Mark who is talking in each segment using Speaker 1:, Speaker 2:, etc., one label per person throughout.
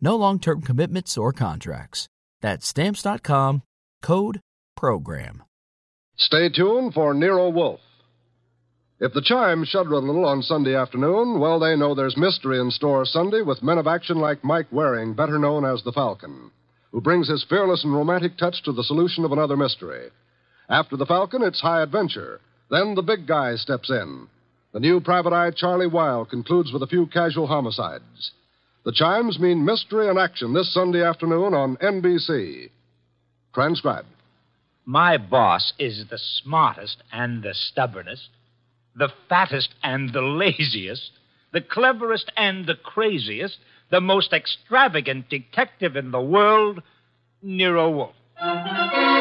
Speaker 1: No long term commitments or contracts. That's stamps.com code program.
Speaker 2: Stay tuned for Nero Wolf. If the chimes shudder a little on Sunday afternoon, well, they know there's mystery in store Sunday with men of action like Mike Waring, better known as the Falcon, who brings his fearless and romantic touch to the solution of another mystery. After the Falcon, it's high adventure. Then the big guy steps in. The new private eye, Charlie Weil, concludes with a few casual homicides. The chimes mean mystery and action this Sunday afternoon on NBC. Transcribed.
Speaker 3: My boss is the smartest and the stubbornest, the fattest and the laziest, the cleverest and the craziest, the most extravagant detective in the world, Nero Wolfe.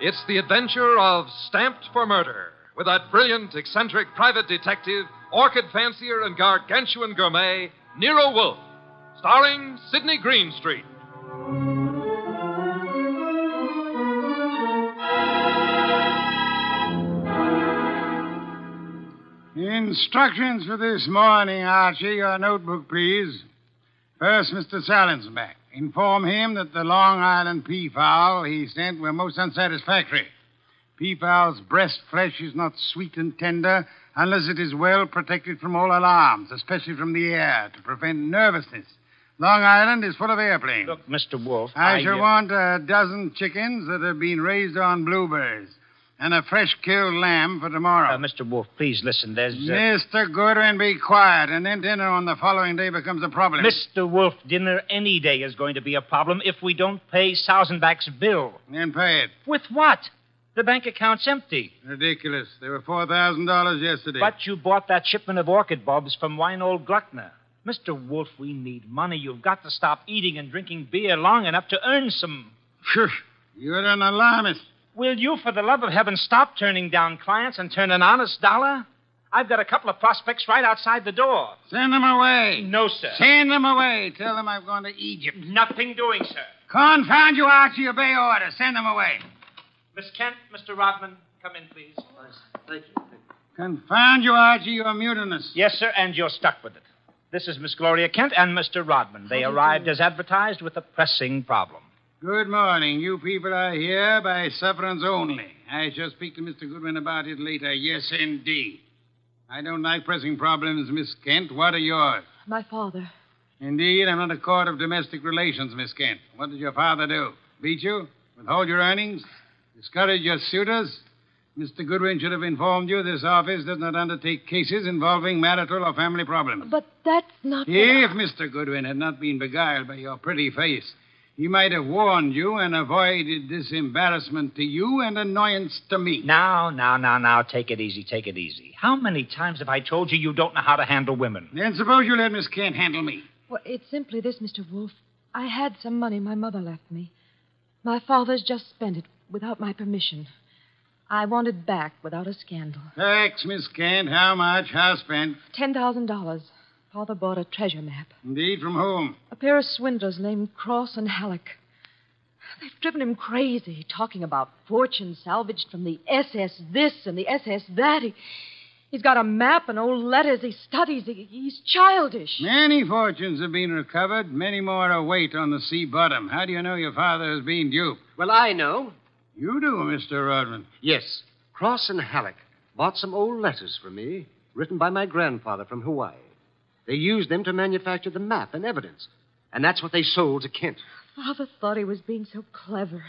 Speaker 4: It's the adventure of Stamped for Murder with that brilliant, eccentric private detective, orchid fancier, and gargantuan gourmet, Nero Wolfe, starring Sidney Greenstreet.
Speaker 5: Instructions for this morning, Archie. Your notebook, please. First, Mr. Salinsbeck. Inform him that the Long Island peafowl he sent were most unsatisfactory. Peafowl's breast flesh is not sweet and tender unless it is well protected from all alarms, especially from the air, to prevent nervousness. Long Island is full of airplanes.
Speaker 3: Look, Mr. Wolfe,
Speaker 5: I, shall
Speaker 3: uh,
Speaker 5: want a dozen chickens that have been raised on bluebirds and a fresh killed lamb for tomorrow.
Speaker 3: Uh, Mr. Wolfe, please listen. There's. Uh,
Speaker 5: Mr. Goodwin, be quiet, and then dinner on the following day becomes a problem.
Speaker 3: Mr. Wolfe, dinner any day is going to be a problem if we don't pay Sausenbach's bill.
Speaker 5: Then pay it.
Speaker 3: With what? The bank account's empty.
Speaker 5: Ridiculous. They were four thousand dollars yesterday.
Speaker 3: But you bought that shipment of orchid bulbs from Weinold Gluckner. Mr. Wolfe, we need money. You've got to stop eating and drinking beer long enough to earn some.
Speaker 5: Phew, you're an alarmist.
Speaker 3: Will you, for the love of heaven, stop turning down clients and turn an honest dollar? I've got a couple of prospects right outside the door.
Speaker 5: Send them away.
Speaker 3: No, sir.
Speaker 5: Send them away. Tell them I've gone to Egypt.
Speaker 3: Nothing doing, sir.
Speaker 5: Confound you, Archie. Obey order. Send them away.
Speaker 3: Miss Kent, Mr. Rodman, come in, please.
Speaker 5: Confound you, Archie. You're mutinous.
Speaker 3: Yes, sir, and you're stuck with it. This is Miss Gloria Kent and Mr. Rodman. They arrived as advertised with a pressing problem.
Speaker 5: Good morning. You people are here by sufferance only. I shall speak to Mr. Goodwin about it later. Yes, indeed. I don't like pressing problems, Miss Kent. What are yours?
Speaker 6: My father.
Speaker 5: Indeed, I'm not a court of domestic relations, Miss Kent. What did your father do? Beat you? Withhold your earnings? Discourage your suitors? Mr. Goodwin should have informed you this office does not undertake cases involving marital or family problems.
Speaker 6: But that's not. what I-
Speaker 5: If Mr. Goodwin had not been beguiled by your pretty face, he might have warned you and avoided this embarrassment to you and annoyance to me.
Speaker 3: Now, now, now, now, take it easy, take it easy. How many times have I told you you don't know how to handle women?
Speaker 5: Then suppose you let Miss Kent handle me.
Speaker 6: Well, it's simply this, Mr. Wolfe. I had some money my mother left me. My father's just spent it without my permission. I want it back without a scandal.
Speaker 5: Thanks, Miss Kent. How much? How spent?
Speaker 6: Ten thousand dollars. Father bought a treasure map.
Speaker 5: Indeed, from whom?
Speaker 6: A pair of swindlers named Cross and Halleck. They've driven him crazy, talking about fortune salvaged from the SS this and the SS that. He, he's got a map and old letters he studies. He, he's childish.
Speaker 5: Many fortunes have been recovered. Many more await on the sea bottom. How do you know your father has been duped?
Speaker 7: Well, I know.
Speaker 5: You do, Mr. Rodman.
Speaker 7: Yes. Cross and Halleck bought some old letters for me, written by my grandfather from Hawaii. They used them to manufacture the map and evidence. And that's what they sold to Kent.
Speaker 6: Father thought he was being so clever.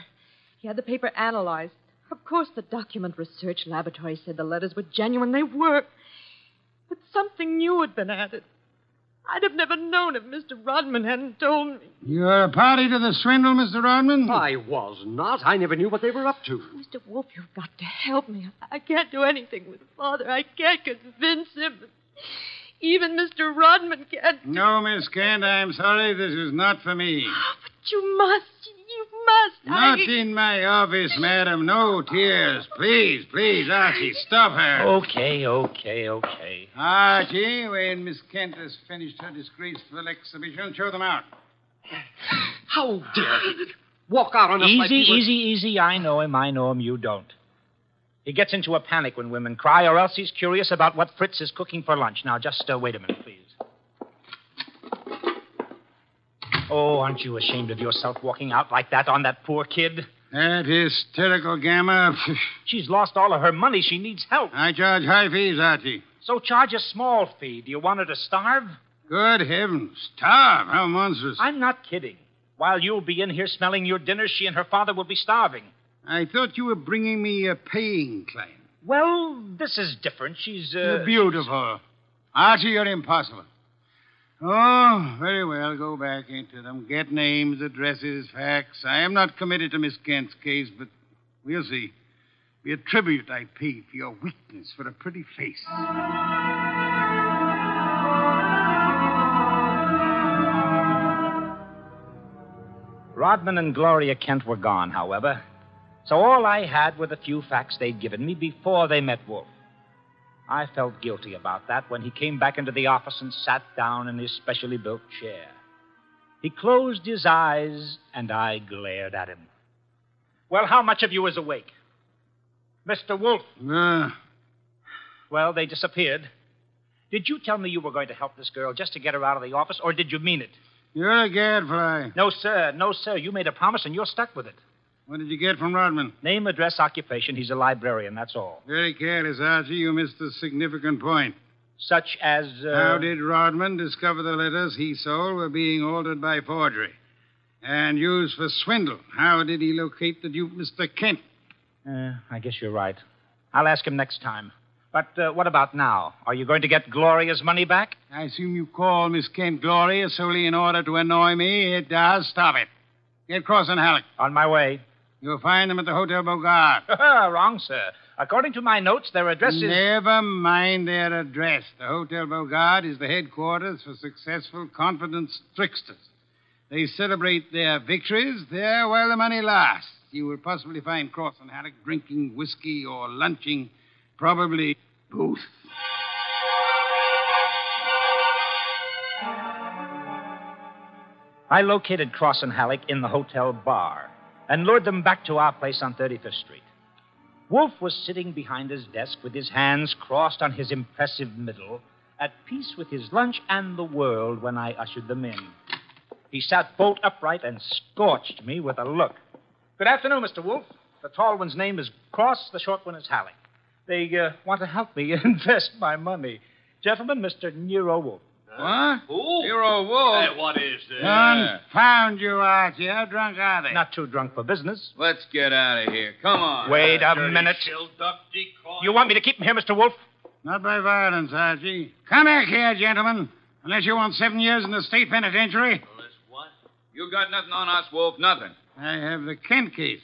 Speaker 6: He had the paper analyzed. Of course, the document research laboratory said the letters were genuine. They were. But something new had been added. I'd have never known if Mr. Rodman hadn't told me.
Speaker 5: You're a party to the swindle, Mr. Rodman?
Speaker 7: I was not. I never knew what they were up to.
Speaker 6: Mr. Wolf, you've got to help me. I I can't do anything with Father. I can't convince him. Even Mr. Rodman can't.
Speaker 5: No, Miss Kent, I'm sorry. This is not for me.
Speaker 6: Oh, But you must. You must.
Speaker 5: Not
Speaker 6: I...
Speaker 5: in my office, madam. No tears. Please, please, Archie, stop her.
Speaker 3: Okay, okay, okay.
Speaker 5: Archie, when Miss Kent has finished her disgraceful exhibition, show them out.
Speaker 7: How dare he walk out on us like
Speaker 3: Easy,
Speaker 7: we were-
Speaker 3: easy, easy. I know him. I know him. You don't. He gets into a panic when women cry, or else he's curious about what Fritz is cooking for lunch. Now, just uh, wait a minute, please. Oh, aren't you ashamed of yourself walking out like that on that poor kid?
Speaker 7: Eh?
Speaker 5: That hysterical gamma.
Speaker 3: She's lost all of her money. She needs help.
Speaker 5: I charge high fees, Archie.
Speaker 3: So charge a small fee. Do you want her to starve?
Speaker 5: Good heavens. Starve. How monstrous.
Speaker 3: I'm not kidding. While you'll be in here smelling your dinner, she and her father will be starving.
Speaker 5: I thought you were bringing me a paying client.
Speaker 3: Well, this is different. She's uh,
Speaker 5: You're beautiful. Archie, you're impossible. Oh, very well. Go back into them. Get names, addresses, facts. I am not committed to Miss Kent's case, but we'll see. Be a tribute I pay for your weakness, for a pretty face.
Speaker 3: Rodman and Gloria Kent were gone, however, so all I had were the few facts they'd given me before they met Wolf. I felt guilty about that when he came back into the office and sat down in his specially built chair. He closed his eyes, and I glared at him. Well, how much of you is awake? Mr. Wolf.
Speaker 5: Ah,
Speaker 3: Well, they disappeared. Did you tell me you were going to help this girl just to get her out of the office, or did you mean it?
Speaker 5: you're a gadfly.
Speaker 3: No, sir. No, sir. You made a promise, and you're stuck with it.
Speaker 5: What did you get from Rodman?
Speaker 3: Name, address, occupation. He's a librarian, that's all.
Speaker 5: Very careless, Archie. You missed a significant point.
Speaker 3: Such as. Uh,
Speaker 5: How did Rodman discover the letters he sold were being altered by forgery and used for swindle? How did he locate the dupe, Mr. Kent?
Speaker 3: Uh, I guess you're right. I'll ask him next time. But uh, what about now? Are you going to get Gloria's money back?
Speaker 5: I assume you call Miss Kent Gloria solely in order to annoy me. It does. Stop it. Get Cross and Halleck.
Speaker 3: On my way.
Speaker 5: You'll find them at the Hotel Bogart.
Speaker 3: Wrong, sir. According to my notes, their address is.
Speaker 5: Never mind their address. The Hotel Bogart is the headquarters for successful confidence tricksters. They celebrate their victories there while the money lasts. You will possibly find Cross and Haddock drinking whiskey or lunching, probably both.
Speaker 3: I located Cross and Halleck in the hotel bar and lured them back to our place on 35th Street. Wolf was sitting behind his desk with his hands crossed on his impressive middle, at peace with his lunch and the world when I ushered them in. He sat bolt upright and scorched me with a look. Good afternoon, Mr. Wolf. The tall one's name is Cross, the short one is Halleck. They uh, want to help me invest my money. Gentlemen, Mr. Nero Wolf.
Speaker 5: What?
Speaker 4: You're a wolf. Hey, what is this?
Speaker 5: Confound you, Archie. How drunk are they?
Speaker 3: Not too drunk for business.
Speaker 8: Let's get out of here. Come on.
Speaker 3: Wait a minute. You want me to keep him here, Mr. Wolf?
Speaker 5: Not by violence,
Speaker 8: Uh,
Speaker 5: Archie. Come back here, gentlemen. Unless you want seven years in the state penitentiary,
Speaker 8: You got nothing on us, Wolf. Nothing.
Speaker 5: I have the Kent case.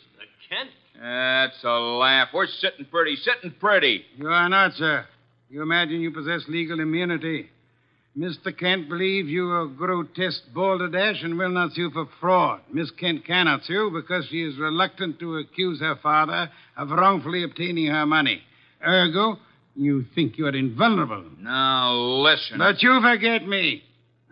Speaker 8: That's a laugh. We're sitting pretty, sitting pretty.
Speaker 5: You are not, sir. You imagine you possess legal immunity. Mr. Kent believes you a grotesque balderdash and will not sue for fraud. Miss Kent cannot sue because she is reluctant to accuse her father of wrongfully obtaining her money. Ergo, you think you are invulnerable.
Speaker 8: Now listen.
Speaker 5: But you forget me.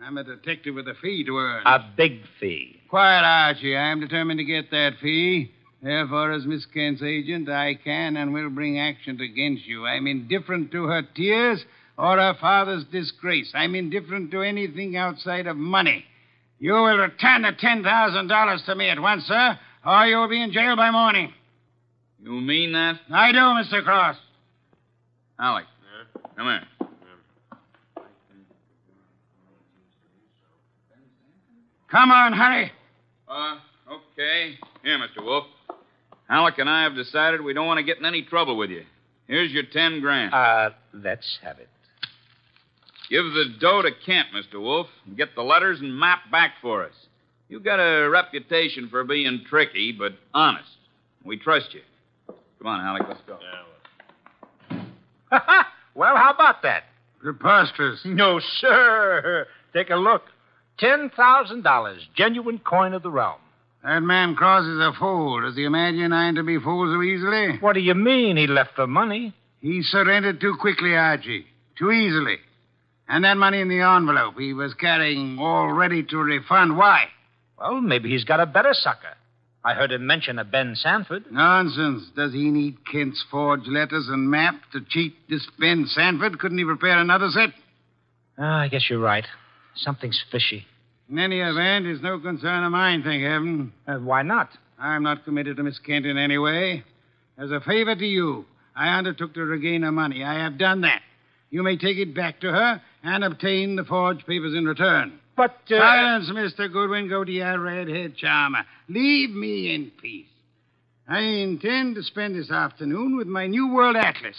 Speaker 5: I'm a detective with a fee to earn.
Speaker 3: A big fee.
Speaker 5: Quiet, Archie. I am determined to get that fee. Therefore, as Miss Kent's agent, I can and will bring action against you. I'm indifferent to her tears or her father's disgrace. I'm indifferent to anything outside of money. You will return the $10,000 to me at once, sir, or you will be in jail by morning.
Speaker 8: You mean that?
Speaker 5: I do, Mr. Cross.
Speaker 8: Alec. Come here.
Speaker 5: Come on, hurry.
Speaker 8: Uh, okay. Here, Mr. Wolf. Alec and I have decided we don't want to get in any trouble with you. Here's your ten grand.
Speaker 3: Uh, let's have it.
Speaker 8: Give the dough to Kent, Mr. Wolf, and get the letters and map back for us. You got a reputation for being tricky, but honest. We trust you. Come on, Alec, let's go.
Speaker 3: well, how about that?
Speaker 5: Preposterous.
Speaker 3: No, sir. Take a look. $10,000, genuine coin of the realm.
Speaker 5: That man crosses a fool. Does he imagine I'm to be fooled so easily?
Speaker 3: What do you mean he left the money?
Speaker 5: He surrendered too quickly, Archie. Too easily. And that money in the envelope he was carrying all ready to refund. Why?
Speaker 3: Well, maybe he's got a better sucker. I heard him mention a Ben Sanford.
Speaker 5: Nonsense. Does he need Kent's forged letters and map to cheat this Ben Sanford? Couldn't he prepare another set?
Speaker 3: Ah, I guess you're right. Something's fishy.
Speaker 5: In any event, it's no concern of mine, thank heaven.
Speaker 3: Uh, why not?
Speaker 5: I'm not committed to Miss Kent in any way. As a favor to you, I undertook to regain her money. I have done that. You may take it back to her and obtain the forged papers in return.
Speaker 3: But, uh...
Speaker 5: Silence, Mr. Goodwin. Go to your red-haired charmer. Leave me in peace. I intend to spend this afternoon with my New World Atlas.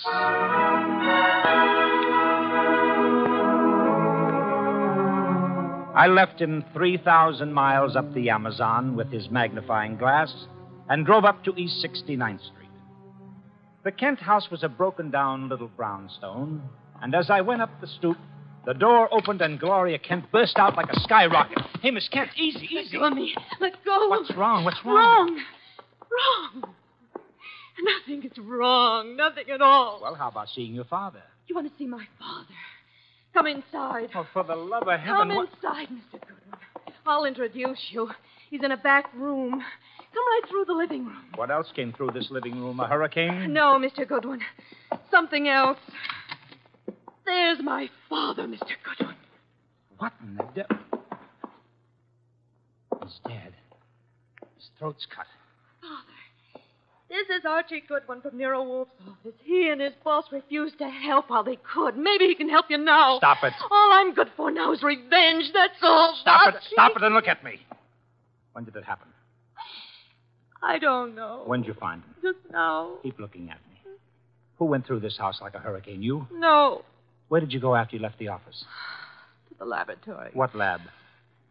Speaker 3: I left him 3,000 miles up the Amazon with his magnifying glass and drove up to East 69th Street. The Kent house was a broken down little brownstone, and as I went up the stoop, the door opened and Gloria Kent burst out like a skyrocket. Hey, Miss Kent, easy, easy.
Speaker 6: Let me. Let go.
Speaker 3: What's wrong? What's wrong?
Speaker 6: Wrong. Wrong. Nothing is wrong. Nothing at all.
Speaker 3: Well, how about seeing your father?
Speaker 6: You want to see my father? Come inside.
Speaker 3: Oh, for the love of
Speaker 6: Come
Speaker 3: heaven, what...
Speaker 6: inside, Mr. Goodwin. I'll introduce you. He's in a back room. Come right through the living room.
Speaker 3: what else came through this living room? A hurricane?
Speaker 6: No, Mr. Goodwin. Something else. There's my father, Mr. Goodwin.
Speaker 3: What in the devil? He's dead. His throat's cut.
Speaker 6: This is Archie Goodwin from Nero Wolf's office. He and his boss refused to help while they could. Maybe he can help you now.
Speaker 3: Stop it.
Speaker 6: All I'm good for now is revenge. That's all.
Speaker 3: Stop it.
Speaker 6: Archie.
Speaker 3: Stop it and look at me. When did it happen?
Speaker 6: I don't know.
Speaker 3: When did you find him?
Speaker 6: Just now.
Speaker 3: Keep looking at me. Who went through this house like a hurricane? You?
Speaker 6: No.
Speaker 3: Where did you go after you left the office?
Speaker 6: To the laboratory.
Speaker 3: What lab?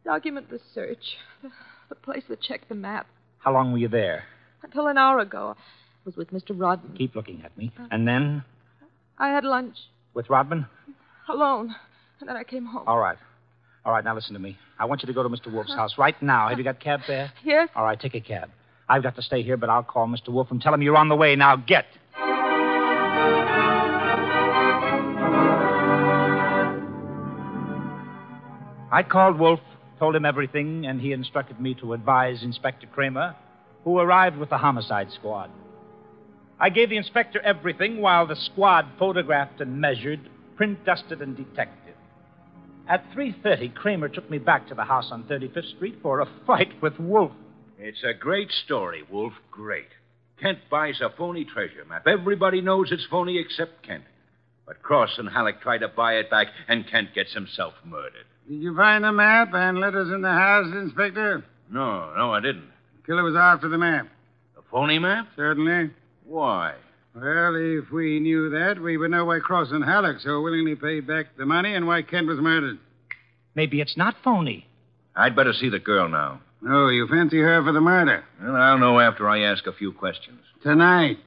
Speaker 6: Document research. The, the place that checked the map.
Speaker 3: How long were you there?
Speaker 6: Until an hour ago, I was with Mr. Rodman.
Speaker 3: Keep looking at me. And then?
Speaker 6: I had lunch
Speaker 3: With Rodman?
Speaker 6: alone, and then I came home.
Speaker 3: All right. All right, now listen to me. I want you to go to Mr. Wolf's house right now. Have you got cab fare?
Speaker 6: Yes?
Speaker 3: All right, take a cab. I've got to stay here, but I'll call Mr. Wolf and tell him you're on the way. Now get. I called Wolf, told him everything, and he instructed me to advise Inspector Kramer, who arrived with the homicide squad. I gave the inspector everything while the squad photographed and measured, print dusted and detected. At 3:30, Kramer took me back to the house on 35th Street for a fight with Wolf.
Speaker 9: It's a great story, Wolf. Great. Kent buys a phony treasure map. Everybody knows it's phony except Kent. But Cross and Halleck try to buy it back, and Kent gets himself murdered.
Speaker 5: Did you find the map and letters in the house, Inspector?
Speaker 9: No, no, I didn't.
Speaker 5: The killer was after the map.
Speaker 9: The phony map?
Speaker 5: Certainly.
Speaker 9: Why?
Speaker 5: Well, if we knew that, we would know why Cross and Halleck so willingly paid back the money and why Kent was murdered.
Speaker 3: Maybe it's not phony.
Speaker 9: I'd better see the girl now.
Speaker 5: Oh, you fancy her for the murder?
Speaker 9: Well, I'll know after I ask a few questions.
Speaker 5: Tonight.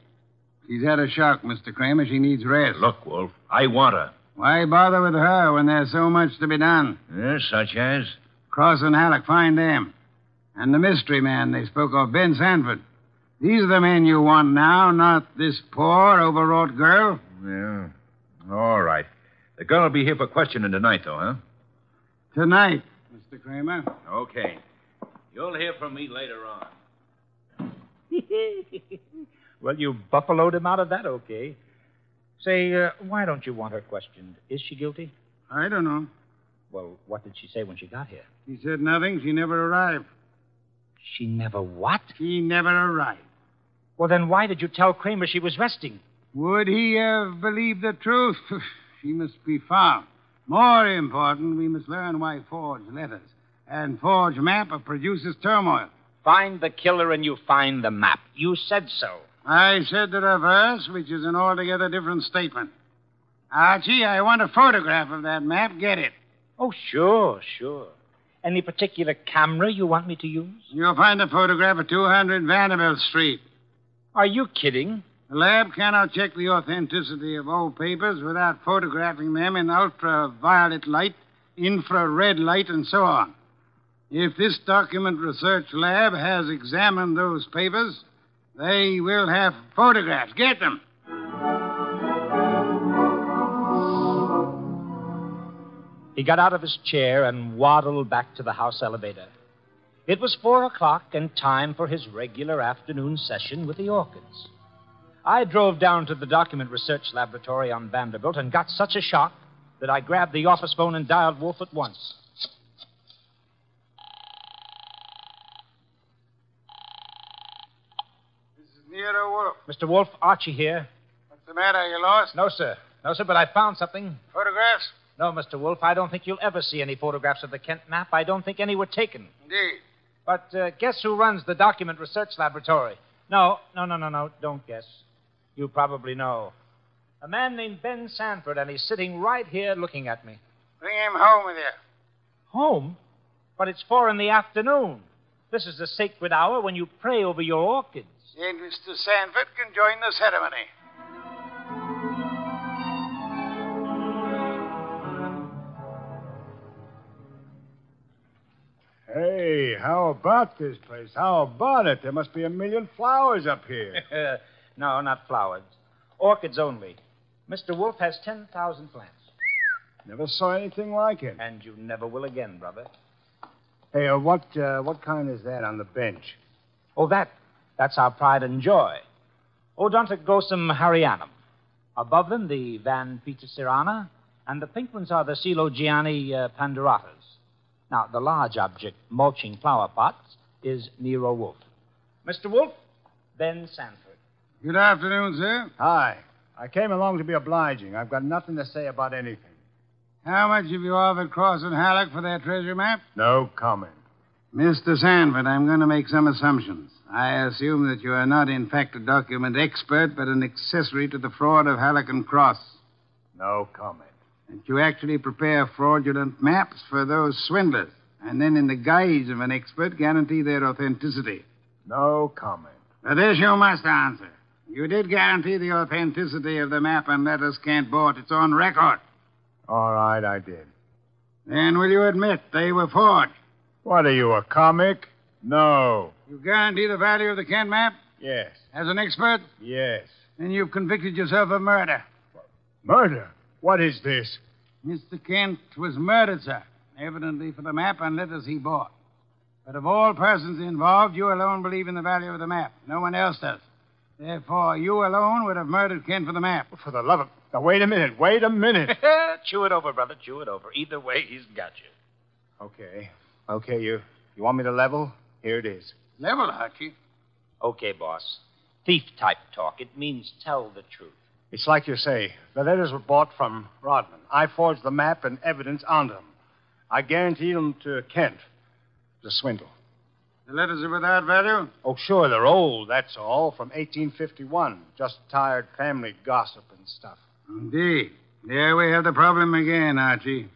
Speaker 5: She's had a shock, Mr. Kramer. She needs rest.
Speaker 9: Look, Wolf, I want her.
Speaker 5: Why bother with her when there's so much to be done?
Speaker 9: Yes, such as?
Speaker 5: Cross and Halleck, find them. And the mystery man they spoke of, Ben Sanford. These are the men you want now, not this poor, overwrought girl.
Speaker 9: Yeah. All right. The girl will be here for questioning tonight, though, huh?
Speaker 5: Tonight, Mr. Kramer.
Speaker 9: Okay. You'll hear from me later on.
Speaker 3: Well, you buffaloed him out of that, okay. Say, uh, why don't you want her questioned? Is she guilty?
Speaker 5: I don't know.
Speaker 3: Well, what did she say when she got here?
Speaker 5: She said nothing. She never arrived.
Speaker 3: She never what?
Speaker 5: She never arrived.
Speaker 3: Well, then why did you tell Kramer she was resting?
Speaker 5: Would he have believed the truth? she must be found. More important, we must learn why forged letters and forged map of produces turmoil.
Speaker 3: Find the killer and you find the map. You said so.
Speaker 5: I said the reverse, which is an altogether different statement. Archie, I want a photograph of that map. Get it.
Speaker 3: Oh, sure, sure. Any particular camera you want me to use?
Speaker 5: You'll find the photograph at 200 Vanderbilt Street.
Speaker 3: Are you kidding?
Speaker 5: The lab cannot check the authenticity of old papers without photographing them in ultraviolet light, infrared light, and so on. If this document research lab has examined those papers, they will have photographs. Get them.
Speaker 3: He got out of his chair and waddled back to the house elevator. It was four o'clock and time for his regular afternoon session with the orchids. I drove down to the document research laboratory on Vanderbilt and got such a shock that I grabbed the office phone and dialed Wolf at once.
Speaker 5: This is Nero Wolf.
Speaker 3: Mr. Wolf, Archie here.
Speaker 5: What's the matter? You lost?
Speaker 3: No, sir. No, sir, but I found something.
Speaker 5: Photographs?
Speaker 3: No, Mr. Wolf, I don't think you'll ever see any photographs of the Kent map. I don't think any were taken.
Speaker 5: Indeed.
Speaker 3: But uh, guess who runs the document research laboratory? No, no, no, no, no. Don't guess. You probably know. A man named Ben Sanford, and he's sitting right here looking at me.
Speaker 5: Bring him home with you.
Speaker 3: Home? But it's four in the afternoon. This is the sacred hour when you pray over your orchids.
Speaker 5: Then Mr. Sanford can join the ceremony.
Speaker 10: Hey, how about this place? How about it? There must be a million flowers up here.
Speaker 3: no, not flowers. Orchids only. Mr. Wolf has 10,000 plants.
Speaker 10: Never saw anything like it.
Speaker 3: And you never will again, brother.
Speaker 10: Hey, uh, what uh, what kind is that on the bench?
Speaker 3: Oh, that. That's our pride and joy. Odontoglossum harianum. Above them, the Van Petersirana, and the pink ones are the Celogiani uh, panderatas. Now, the large object, mulching flower pots, is Nero Wolf. Mr. Wolf, Ben Sanford.
Speaker 5: Good afternoon, sir.
Speaker 10: Hi. I came along to be obliging. I've got nothing to say about anything.
Speaker 5: How much have you offered Cross and Halleck for their treasure map?
Speaker 10: No comment.
Speaker 5: Mr. Sanford, I'm going to make some assumptions. I assume that you are not, in fact, a document expert, but an accessory to the fraud of Halleck and Cross.
Speaker 10: No comment.
Speaker 5: That you actually prepare fraudulent maps for those swindlers, and then, in the guise of an expert, guarantee their authenticity.
Speaker 10: No comment.
Speaker 5: But this you must answer. You did guarantee the authenticity of the map, and letters can't board. It's on record.
Speaker 10: All right, I did.
Speaker 5: Then will you admit they were forged?
Speaker 10: What are you, a comic? No.
Speaker 5: You guarantee the value of the Kent map
Speaker 10: Yes.
Speaker 5: as an expert?
Speaker 10: Yes.
Speaker 5: Then you've convicted yourself of murder.
Speaker 10: Murder? What is this?
Speaker 5: Mr. Kent was murdered, sir, evidently for the map and letters he bought. But of all persons involved, you alone believe in the value of the map. No one else does. Therefore, you alone would have murdered Kent for the map.
Speaker 10: For the love of. Now, wait a minute. Wait a minute.
Speaker 3: chew it over, brother. Chew it over. Either way, he's got you.
Speaker 10: okay. Okay, you. You want me to level? Here it is.
Speaker 5: Level, Archie.
Speaker 3: Okay, boss. Thief type talk. It means tell the truth.
Speaker 10: It's like you say. The letters were bought from Rodman. I forged the map and evidence on them. I guaranteed them to Kent. It's a swindle.
Speaker 5: The letters are without value?
Speaker 10: Oh, sure, they're old, that's all, from 1851. Just tired family gossip and stuff.
Speaker 5: Indeed. There we have the problem again, Archie.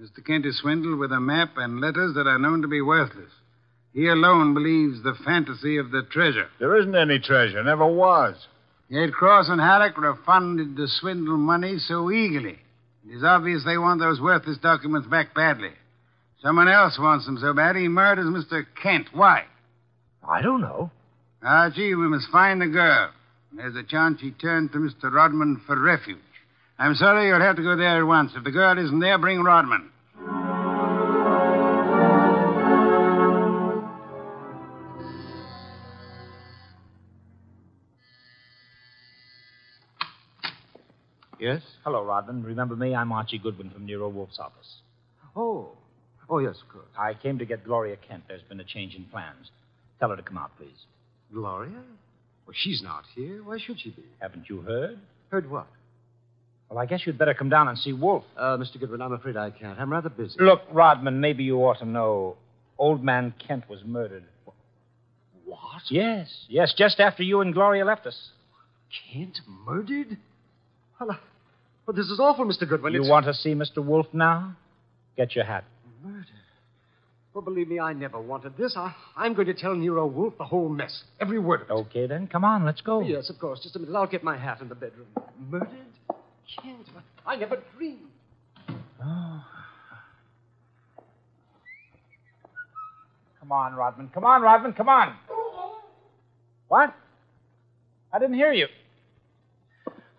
Speaker 5: Mr. Kent is swindled with a map and letters that are known to be worthless. He alone believes the fantasy of the treasure.
Speaker 10: There isn't any treasure, never was.
Speaker 5: Yet Cross and Halleck refunded the swindle money so eagerly. It is obvious they want those worthless documents back badly. Someone else wants them so bad he murders Mr. Kent. Why?
Speaker 3: I don't know.
Speaker 5: Archie, we must find the girl. There's a chance she turned to Mr. Rodman for refuge. I'm sorry you'll have to go there at once. If the girl isn't there, bring Rodman.
Speaker 7: Yes?
Speaker 3: Hello, Rodman. Remember me? I'm Archie Goodwin from Nero Wolf's office.
Speaker 7: Oh. Oh, yes, of course.
Speaker 3: I came to get Gloria Kent. There's been a change in plans. Tell her to come out, please.
Speaker 7: Gloria? Well, she's not here. Why should she be?
Speaker 3: Haven't you heard?
Speaker 7: Heard what?
Speaker 3: Well, I guess you'd better come down and see Wolf.
Speaker 7: Uh, Mr. Goodwin, I'm afraid I can't. I'm rather busy.
Speaker 3: Look, Rodman, maybe you ought to know. old man Kent was murdered.
Speaker 11: What?
Speaker 3: Yes, yes, just after you and Gloria left us.
Speaker 11: Kent murdered? Well, I- well, this is awful, Mr. Goodwin.
Speaker 3: you
Speaker 11: it's...
Speaker 3: want to see Mr. Wolf now? Get your hat.
Speaker 11: Murder. Well, believe me, I never wanted this. I, I'm going to tell Nero Wolf the whole mess, every word of it.
Speaker 3: Okay, then. Come on, let's go.
Speaker 11: Yes, of course. Just a minute. I'll get my hat in the bedroom. Murdered? Killed? I never dreamed.
Speaker 3: Come on, Rodman. Come on, Rodman. Come on. What? I didn't hear you.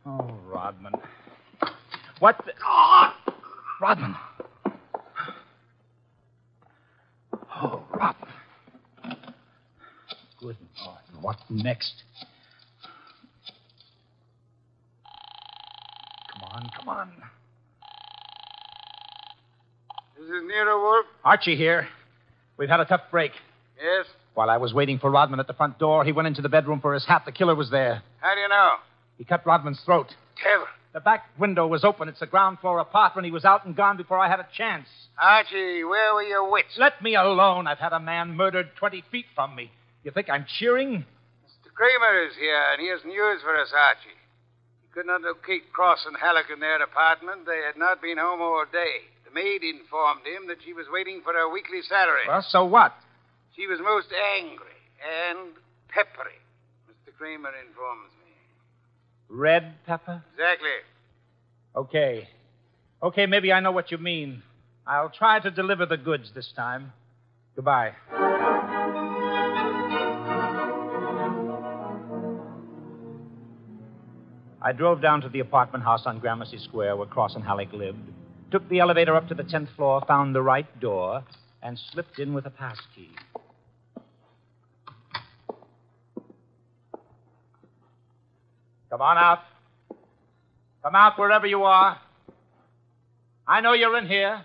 Speaker 3: Oh, Rodman. What the. Oh, Rodman. Oh, Rodman. Good Lord. What next? Come on, come on.
Speaker 5: This is Nero Wolf.
Speaker 3: Archie here. We've had a tough break.
Speaker 5: Yes?
Speaker 3: While I was waiting for Rodman at the front door, he went into the bedroom for his hat. The killer was there.
Speaker 5: How do you know?
Speaker 3: He cut Rodman's throat.
Speaker 5: Devil.
Speaker 3: The back window was open. It's a ground floor apartment. He was out and gone before I had a chance.
Speaker 5: Archie, where were your wits?
Speaker 3: Let me alone. I've had a man murdered 20 feet from me. You think I'm cheering?
Speaker 5: Mr. Kramer is here, and he has news for us, Archie. He could not locate Cross and Halleck in their apartment. They had not been home all day. The maid informed him that she was waiting for her weekly salary.
Speaker 3: Well, so what?
Speaker 5: She was most angry and peppery, Mr. Kramer informs me.
Speaker 3: Red pepper?
Speaker 5: Exactly.
Speaker 3: Okay. Okay, maybe I know what you mean. I'll try to deliver the goods this time. Goodbye. I drove down to the apartment house on Gramercy Square where Cross and Halleck lived, took the elevator up to the 10th floor, found the right door, and slipped in with a passkey. Come on out. Come out wherever you are. I know you're in here.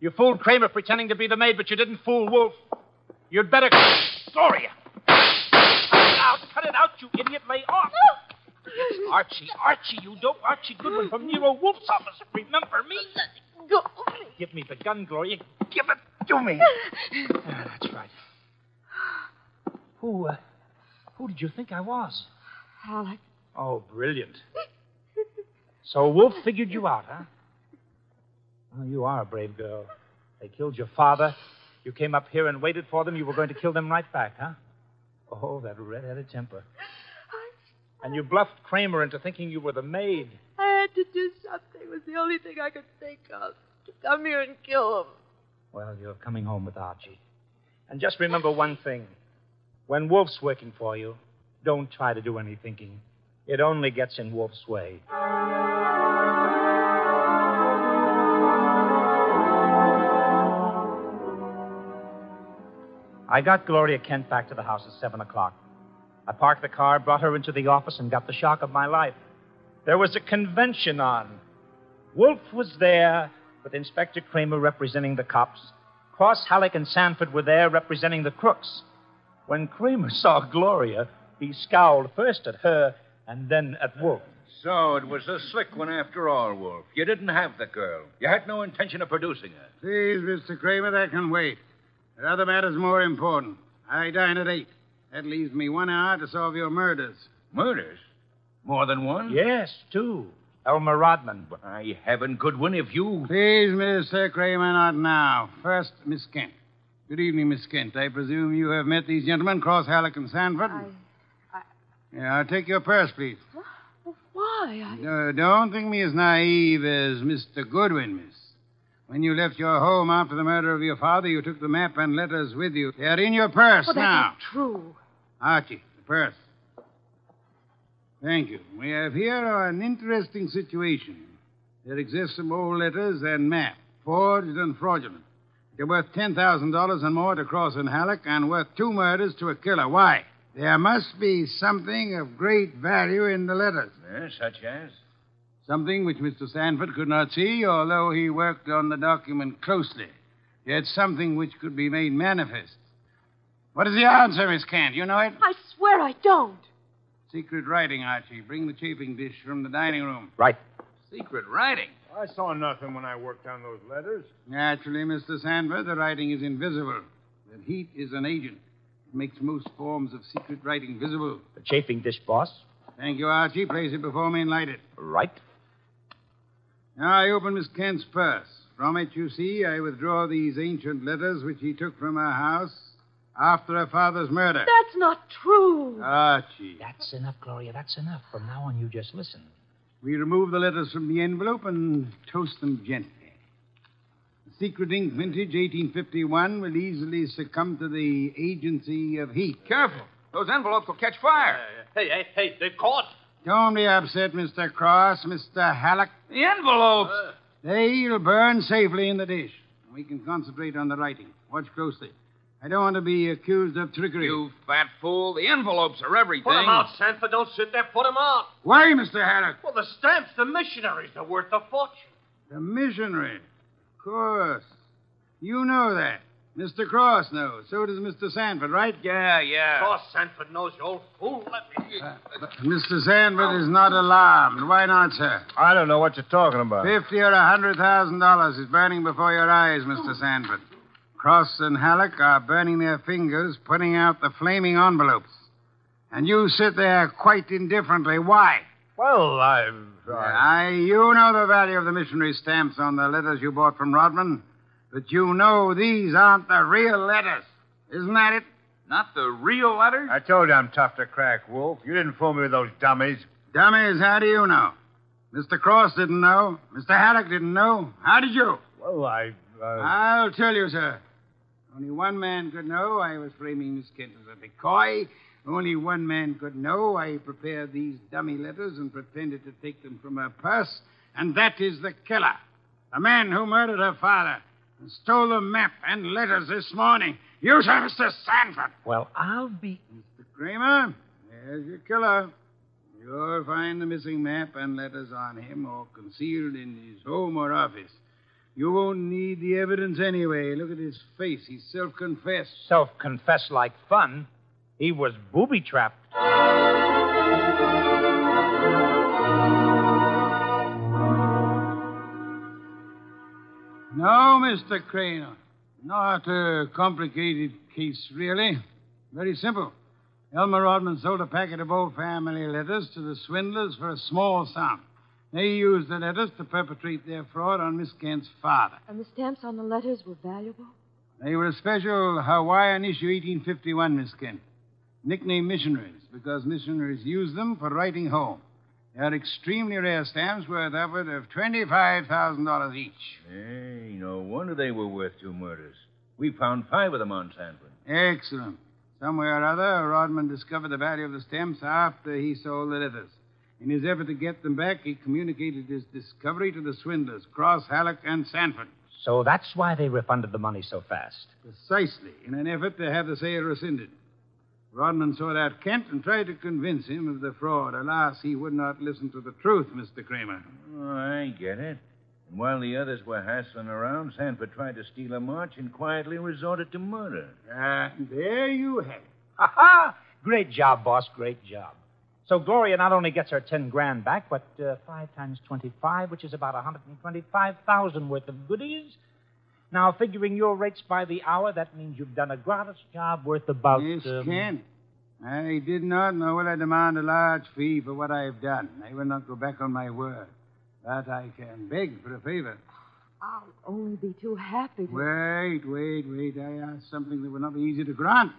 Speaker 3: You fooled Kramer pretending to be the maid, but you didn't fool Wolf. You'd better. Gloria! Cut it out! Cut it out, you idiot! Lay off! It's Archie, Archie, you dope. Archie Goodwin from Nero Wolf's office. Remember me?
Speaker 6: Go.
Speaker 3: Give me the gun, Gloria. Give it to me. Ah, that's right. Who, uh, who did you think I was?
Speaker 6: Alec.
Speaker 3: Oh, brilliant. So Wolf figured you out, huh? Well, you are a brave girl. They killed your father. You came up here and waited for them. You were going to kill them right back, huh? Oh, that red-headed temper. And you bluffed Kramer into thinking you were the maid.
Speaker 6: I had to do something. It was the only thing I could think of. To come here and kill him.
Speaker 3: Well, you're coming home with Archie. And just remember one thing. When Wolf's working for you, don't try to do any thinking. It only gets in Wolf's way. I got Gloria Kent back to the house at 7 o'clock. I parked the car, brought her into the office, and got the shock of my life. There was a convention on. Wolf was there with Inspector Kramer representing the cops. Cross, Halleck, and Sanford were there representing the crooks. When Kramer saw Gloria, he scowled first at her and then at Wolf.
Speaker 9: So it was a slick one after all, Wolf. You didn't have the girl. You had no intention of producing her.
Speaker 5: Please, Mr. Kramer, that can wait. There are other matters more important. I dine at eight. That leaves me one hour to solve your murders.
Speaker 9: Murders? More than one?
Speaker 3: Yes, two. Elmer Rodman.
Speaker 9: By heaven, Goodwin, if you.
Speaker 5: Please, Mr. Kramer, not now. First, Miss Kent. Good evening, Miss Kent. I presume you have met these gentlemen, Cross, Halleck, and Sanford.
Speaker 6: I.
Speaker 5: Yeah, I'll take your purse, please.
Speaker 6: Why?
Speaker 5: No, don't think me as naive as Mr. Goodwin, miss. When you left your home after the murder of your father, you took the map and letters with you. They're in your purse
Speaker 6: Well, that's
Speaker 5: now.
Speaker 6: not true.
Speaker 5: Archie, the purse. Thank you. We have here an interesting situation. There exist some old letters and map, forged and fraudulent. They're worth $10,000 and more to Cross and Halleck, and worth two murders to a killer. Why? There must be something of great value in the letters.
Speaker 9: Yeah, such as?
Speaker 5: Something which Mr. Sanford could not see, although he worked on the document closely. Yet something which could be made manifest. What is the answer, Miss Kent? You know it?
Speaker 6: I swear I don't.
Speaker 5: Secret writing, Archie. Bring the chafing dish from the dining room.
Speaker 3: Right.
Speaker 9: Secret writing.
Speaker 12: I saw nothing when I worked on those letters.
Speaker 5: Naturally, Mr. Sanford, the writing is invisible. that heat is an agent. It makes most forms of secret writing visible.
Speaker 11: The chafing dish, boss.
Speaker 5: Thank you, Archie. Place it before me and light it.
Speaker 11: Right.
Speaker 5: Now I open Miss Kent's purse. From it, you see, I withdraw these ancient letters which he took from her house after her father's murder. Ah,
Speaker 6: That's not true.
Speaker 11: Uh.
Speaker 5: Archie.
Speaker 11: That's enough, Gloria. That's enough. From now on, you just listen.
Speaker 5: We remove the letters from the envelope and toast them gently. The secret ink vintage 1851 will easily succumb to the agency of heat.
Speaker 13: Careful. Those envelopes will catch fire. Hey, hey, hey, they're caught.
Speaker 5: Don't be upset, Mr. Cross, Mr. Halleck.
Speaker 13: The envelopes.
Speaker 5: They'll burn safely in the dish. We can concentrate on the writing. Watch closely. I don't want to be accused of trickery.
Speaker 8: You fat fool. The envelopes are everything.
Speaker 13: Put them out, Sanford. Don't sit there. Put them out.
Speaker 5: Why, Mr. Haddock?
Speaker 13: Well, the stamps, the missionaries, are worth a fortune.
Speaker 5: The missionary. Of course. You know that. Mr. Cross knows. So does Mr. Sanford, right?
Speaker 8: Yeah, yeah. Uh,
Speaker 13: Of course, Sanford knows you old fool. Let me.
Speaker 5: Mr. Sanford is not alarmed. Why not, sir?
Speaker 10: I don't know what you're talking about.
Speaker 5: Fifty or a hundred thousand dollars is burning before your eyes, Mr. Sanford. Cross and Halleck are burning their fingers, putting out the flaming envelopes. And you sit there quite indifferently. Why?
Speaker 10: Well, I've.
Speaker 5: I, you know the value of the missionary stamps on the letters you bought from Rodman, but you know these aren't the real letters. Isn't that it?
Speaker 8: Not the real letters?
Speaker 10: I told you I'm tough to crack, Wolf. You didn't fool me with those dummies.
Speaker 5: Dummies, how do you know? Mr. Cross didn't know. Mr. Haddock didn't know. How did you?
Speaker 10: Well, I. Uh...
Speaker 5: I'll tell you, sir. Only one man could know I was framing Miss Kent as a decoy. Only one man could know I prepared these dummy letters and pretended to take them from her purse, and that is the killer. The man who murdered her father and stole the map and letters this morning. You, sir, Mr. Sanford.
Speaker 11: Well, I'll be.
Speaker 5: Mr. Kramer, there's your killer. You'll find the missing map and letters on him or concealed in his home or office. You won't need the evidence anyway. Look at his face. He's self confessed.
Speaker 11: Self confessed like fun. He was booby trapped.
Speaker 5: No, Mr. Crane. Not a complicated case, really. Very simple. Elmer Rodman sold a packet of old family letters to the swindlers for a small sum. They used the letters to perpetrate their fraud on Miss Kent's father.
Speaker 6: And the stamps on the letters were valuable?
Speaker 5: They were a special Hawaiian issue 1851, Miss Kent. Nicknamed missionaries because missionaries used them for writing home. They are extremely rare stamps worth upward of $25,000 each.
Speaker 9: Hey, no wonder they were worth two murders. We found five of them on Sanford.
Speaker 5: Excellent. Somewhere or other, Rodman discovered the value of the stamps after he sold the letters. In his effort to get them back, he communicated his discovery to the swindlers, Cross, Halleck, and Sanford.
Speaker 11: So that's why they refunded the money so fast.
Speaker 5: Precisely, in an effort to have the sale rescinded. Rodman sought out Kent and tried to convince him of the fraud. Alas, he would not listen to the truth, Mr. Kramer.
Speaker 9: Oh, I get it. And while the others were hassling around, Sanford tried to steal a march and quietly resorted to murder.
Speaker 5: Ah, there you have it.
Speaker 11: Ha ha! Great job, boss. Great job. So Gloria not only gets her ten grand back, but uh, five times twenty-five, which is about one hundred and twenty-five thousand worth of goodies. Now, figuring your rates by the hour, that means you've done a gratis job worth about. um,
Speaker 5: Yes, Ken. I did not, nor will I demand a large fee for what I have done. I will not go back on my word. But I can beg for a favor.
Speaker 6: I'll only be too happy to.
Speaker 5: Wait, wait, wait. I ask something that will not be easy to grant.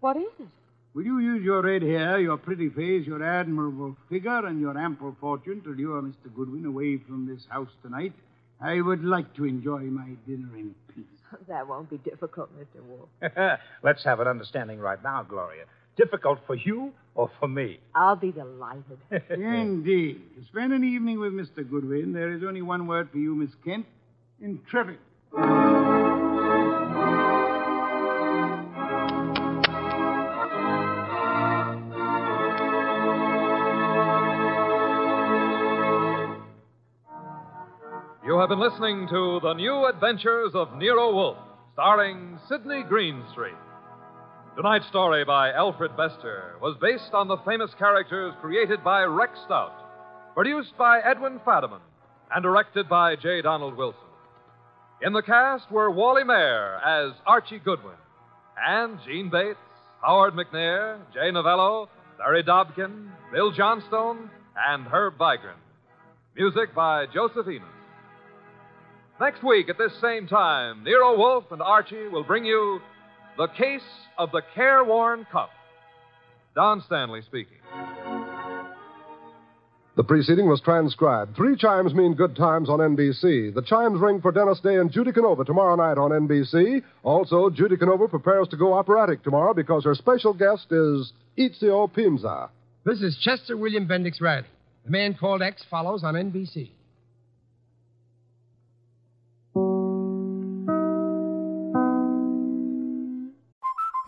Speaker 6: What is it?
Speaker 5: Will you use your red hair, your pretty face, your admirable figure, and your ample fortune to lure Mr. Goodwin away from this house tonight? I would like to enjoy my dinner in peace.
Speaker 6: That won't be difficult, Mr. Wolf.
Speaker 11: Let's have an understanding right now, Gloria. Difficult for you or for me?
Speaker 6: I'll be delighted.
Speaker 5: Indeed. To spend an evening with Mr. Goodwin, there is only one word for you, Miss Kent intrepid.
Speaker 4: You have been listening to The New Adventures of Nero Wolfe, starring Sidney Greenstreet. Tonight's story by Alfred Bester was based on the famous characters created by Rex Stout, produced by Edwin Fadiman, and directed by J. Donald Wilson. In the cast were Wally Mayer as Archie Goodwin, And Gene Bates, Howard McNair, Jay Novello, Larry Dobkin, Bill Johnstone, and Herb Vigran. Music by Joseph Enos. Next week at this same time, Nero Wolf and Archie will bring you The Case of the Careworn Cup. Don Stanley speaking.
Speaker 2: The preceding was transcribed. Three chimes mean good times on NBC. The chimes ring for Dennis Day and Judy Canova tomorrow night on NBC. Also, Judy Canova prepares to go operatic tomorrow because her special guest is Itzio Pinza.
Speaker 14: This is Chester William Bendix Riley. The man called X follows on NBC.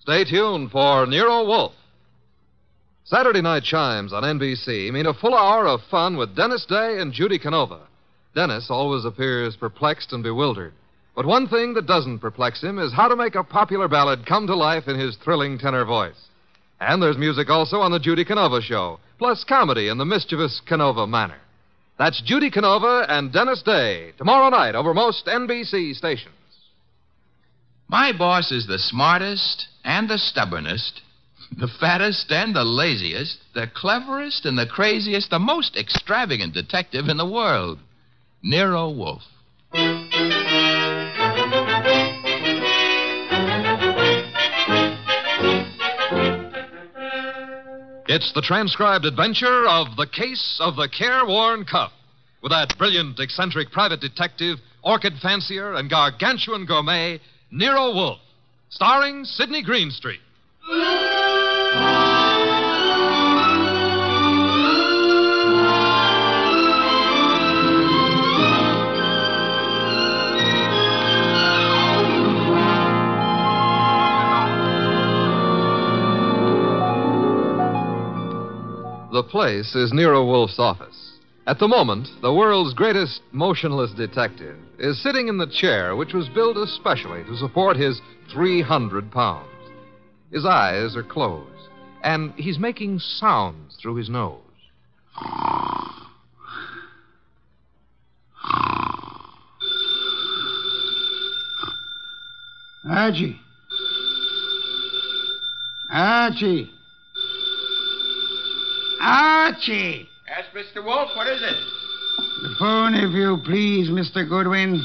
Speaker 4: Stay tuned for Nero Wolf. Saturday night chimes on NBC mean a full hour of fun with Dennis Day and Judy Canova. Dennis always appears perplexed and bewildered. But one thing that doesn't perplex him is how to make a popular ballad come to life in his thrilling tenor voice. And there's music also on the Judy Canova show, plus comedy in the mischievous Canova manner. That's Judy Canova and Dennis Day tomorrow night over most NBC stations.
Speaker 15: My boss is the smartest and the stubbornest, the fattest and the laziest, the cleverest and the craziest, the most extravagant detective in the world Nero Wolf.
Speaker 4: It's the transcribed adventure of The Case of the Careworn Cup with that brilliant, eccentric private detective, orchid fancier, and gargantuan gourmet, Nero Wolfe, starring Sidney Greenstreet. The place is Nero Wolfe's office. At the moment, the world's greatest motionless detective is sitting in the chair which was built especially to support his 300 pounds. His eyes are closed, and he's making sounds through his nose.
Speaker 5: Archie. Archie. Archie.
Speaker 13: Ask Mr. Wolf, what is it?
Speaker 5: The phone, if you please, Mr. Goodwin.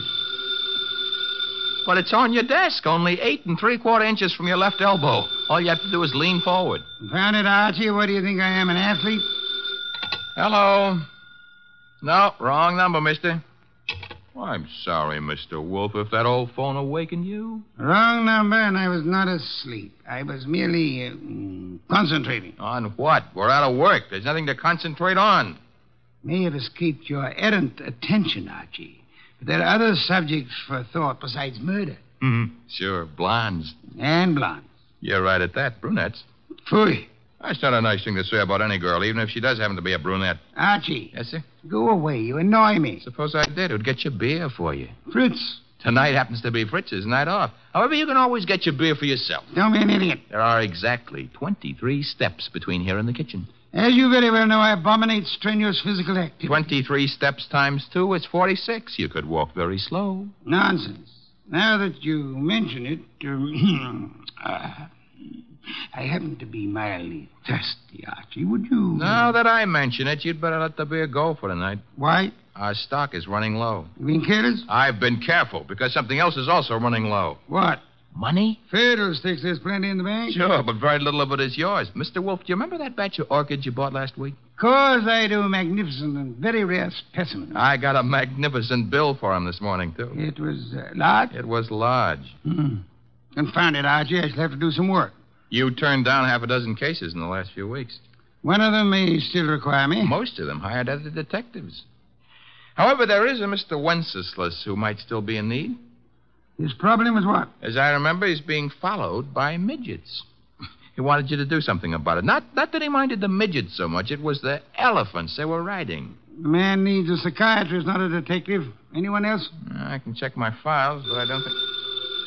Speaker 15: But it's on your desk, only eight and three quarter inches from your left elbow. All you have to do is lean forward.
Speaker 5: Found it, Archie. What do you think I am, an athlete?
Speaker 15: Hello. No, wrong number, mister. Well, I'm sorry, Mr. Wolf, if that old phone awakened you.
Speaker 5: Wrong number, and I was not asleep. I was merely. Uh, mm, concentrating.
Speaker 15: On what? We're out of work. There's nothing to concentrate on.
Speaker 5: may have escaped your errant attention, Archie. But there are other subjects for thought besides murder.
Speaker 15: Mm-hmm. Sure, blondes.
Speaker 5: And blonde.
Speaker 15: You're right at that, brunettes.
Speaker 5: Fooey.
Speaker 15: That's not a nice thing to say about any girl, even if she does happen to be a brunette.
Speaker 5: Archie.
Speaker 15: Yes, sir?
Speaker 5: Go away. You annoy me.
Speaker 15: Suppose I did. It would get you beer for you.
Speaker 5: Fritz.
Speaker 15: Tonight happens to be Fritz's night off. However, you can always get your beer for yourself.
Speaker 5: Don't be an idiot.
Speaker 15: There are exactly 23 steps between here and the kitchen.
Speaker 5: As you very well know, I abominate strenuous physical activity.
Speaker 15: 23 steps times two is 46. You could walk very slow.
Speaker 5: Nonsense. Now that you mention it, um, uh, I happen to be mildly thirsty, Archie. Would you?
Speaker 15: Now that I mention it, you'd better let the beer go for tonight.
Speaker 5: Why?
Speaker 15: Our stock is running low.
Speaker 5: You been careless?
Speaker 15: I've been careful because something else is also running low.
Speaker 5: What?
Speaker 15: Money?
Speaker 5: Fiddlesticks, there's plenty in the bank.
Speaker 15: Sure, but very little of it is yours. Mr. Wolf, do you remember that batch of orchids you bought last week?
Speaker 5: Of course I do. Magnificent and very rare specimen.
Speaker 15: I got a magnificent bill for him this morning, too.
Speaker 5: It was uh, large?
Speaker 15: It was large.
Speaker 5: Hmm. Confound it, Archie. I shall have to do some work.
Speaker 15: You turned down half a dozen cases in the last few weeks.
Speaker 5: One of them may still require me.
Speaker 15: Most of them hired other detectives. However, there is a Mr. Wenceslas who might still be in need.
Speaker 5: His problem was what?
Speaker 15: As I remember, he's being followed by midgets. He wanted you to do something about it. Not, not that he minded the midgets so much, it was the elephants they were riding.
Speaker 5: The man needs a psychiatrist, not a detective. Anyone else?
Speaker 15: Uh, I can check my files, but I don't think.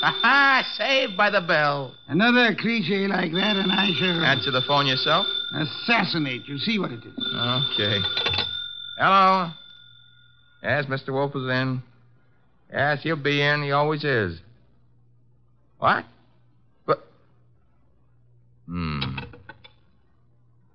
Speaker 15: Ha ha! Saved by the bell.
Speaker 5: Another cliche like that, and I shall
Speaker 15: Answer the phone yourself?
Speaker 5: assassinate you. See what it is.
Speaker 15: Okay. Hello? Yes, Mr. Wolf is in. Yes, he'll be in. He always is. What? But. Hmm.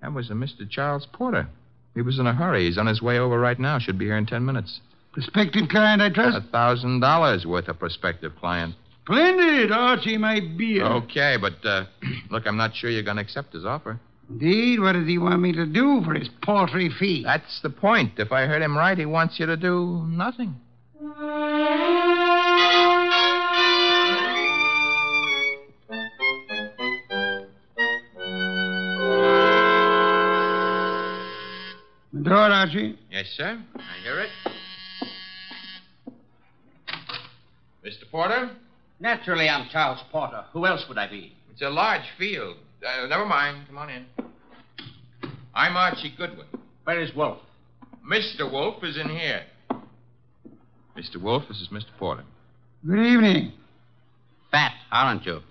Speaker 15: That was a Mr. Charles Porter. He was in a hurry. He's on his way over right now. Should be here in ten minutes.
Speaker 5: Prospective client, I trust?
Speaker 15: A thousand dollars worth of prospective client.
Speaker 5: Splendid, Archie, my beer.
Speaker 15: Okay, but uh, look, I'm not sure you're going to accept his offer.
Speaker 5: Indeed, what does he want me to do for his paltry fee?
Speaker 15: That's the point. If I heard him right, he wants you to do nothing.
Speaker 5: The door, Archie.
Speaker 15: Yes, sir. I hear it. Mr. Porter?
Speaker 13: Naturally, I'm Charles Porter. Who else would I be?
Speaker 15: It's a large field. Uh, never mind. Come on in. I'm Archie Goodwin.
Speaker 13: Where is Wolf?
Speaker 15: Mr. Wolf is in here. Mr. Wolf, this is Mr. Porter.
Speaker 5: Good evening.
Speaker 13: Fat, aren't you?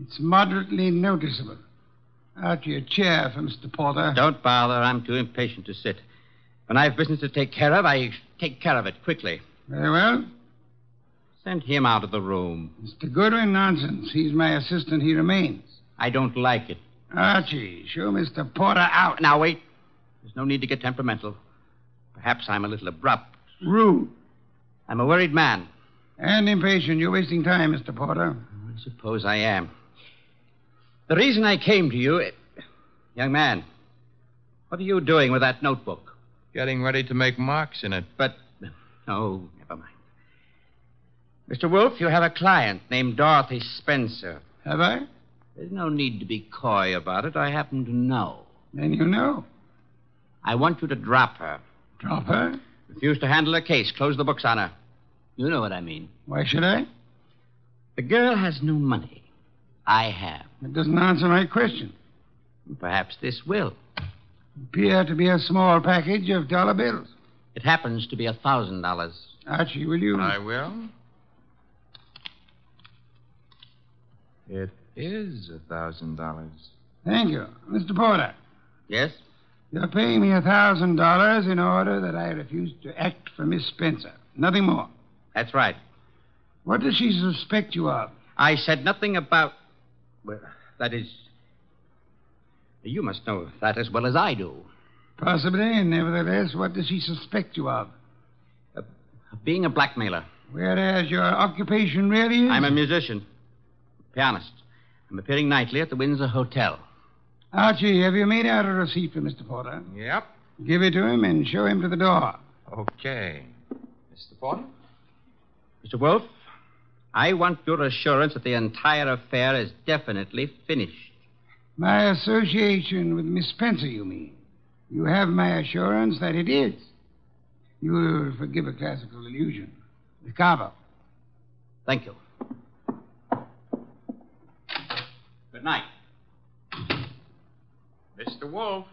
Speaker 5: It's moderately noticeable. Archie, a chair for Mr. Porter.
Speaker 13: Don't bother. I'm too impatient to sit. When I have business to take care of, I take care of it quickly.
Speaker 5: Very well.
Speaker 13: Send him out of the room.
Speaker 5: Mr. Goodwin, nonsense. He's my assistant. He remains.
Speaker 13: I don't like it.
Speaker 5: Archie, show Mr. Porter out.
Speaker 13: Now, wait. There's no need to get temperamental. Perhaps I'm a little abrupt.
Speaker 5: Rude
Speaker 13: I'm a worried man.
Speaker 5: and impatient. You're wasting time, Mr. Porter.
Speaker 13: I suppose I am. The reason I came to you. eh, Young man, what are you doing with that notebook?
Speaker 15: Getting ready to make marks in it.
Speaker 13: But. No, never mind. Mr. Wolf, you have a client named Dorothy Spencer.
Speaker 5: Have I?
Speaker 13: There's no need to be coy about it. I happen to know.
Speaker 5: Then you know.
Speaker 13: I want you to drop her.
Speaker 5: Drop her?
Speaker 13: Refuse to handle her case. Close the books on her. You know what I mean.
Speaker 5: Why should I?
Speaker 13: The girl has no money. I have.
Speaker 5: It doesn't answer my question.
Speaker 13: Perhaps this will.
Speaker 5: Appear to be a small package of dollar bills.
Speaker 13: It happens to be a thousand dollars.
Speaker 5: Archie, will you?
Speaker 15: I will. It is a thousand dollars.
Speaker 5: Thank you. Mr. Porter,
Speaker 13: Yes?
Speaker 5: you're paying me a thousand dollars in order that I refuse to act for Miss Spencer. Nothing more.
Speaker 13: That's right.
Speaker 5: What does she suspect you of?
Speaker 13: I said nothing about. Well, that is. You must know that as well as I do.
Speaker 5: Possibly, and nevertheless, what does she suspect you of?
Speaker 13: Being a blackmailer.
Speaker 5: Whereas your occupation really is.
Speaker 13: I'm a musician, pianist. I'm appearing nightly at the Windsor Hotel.
Speaker 5: Archie, have you made out a receipt for Mr. Porter?
Speaker 15: Yep.
Speaker 5: Give it to him and show him to the door.
Speaker 15: Okay. Mr. Porter?
Speaker 13: Mr. Wolf, I want your assurance that the entire affair is definitely finished.
Speaker 5: My association with Miss Spencer, you mean? You have my assurance that it is. You will forgive a classical illusion. The Cabo.
Speaker 13: Thank you. Good night.
Speaker 15: Mr. Wolf,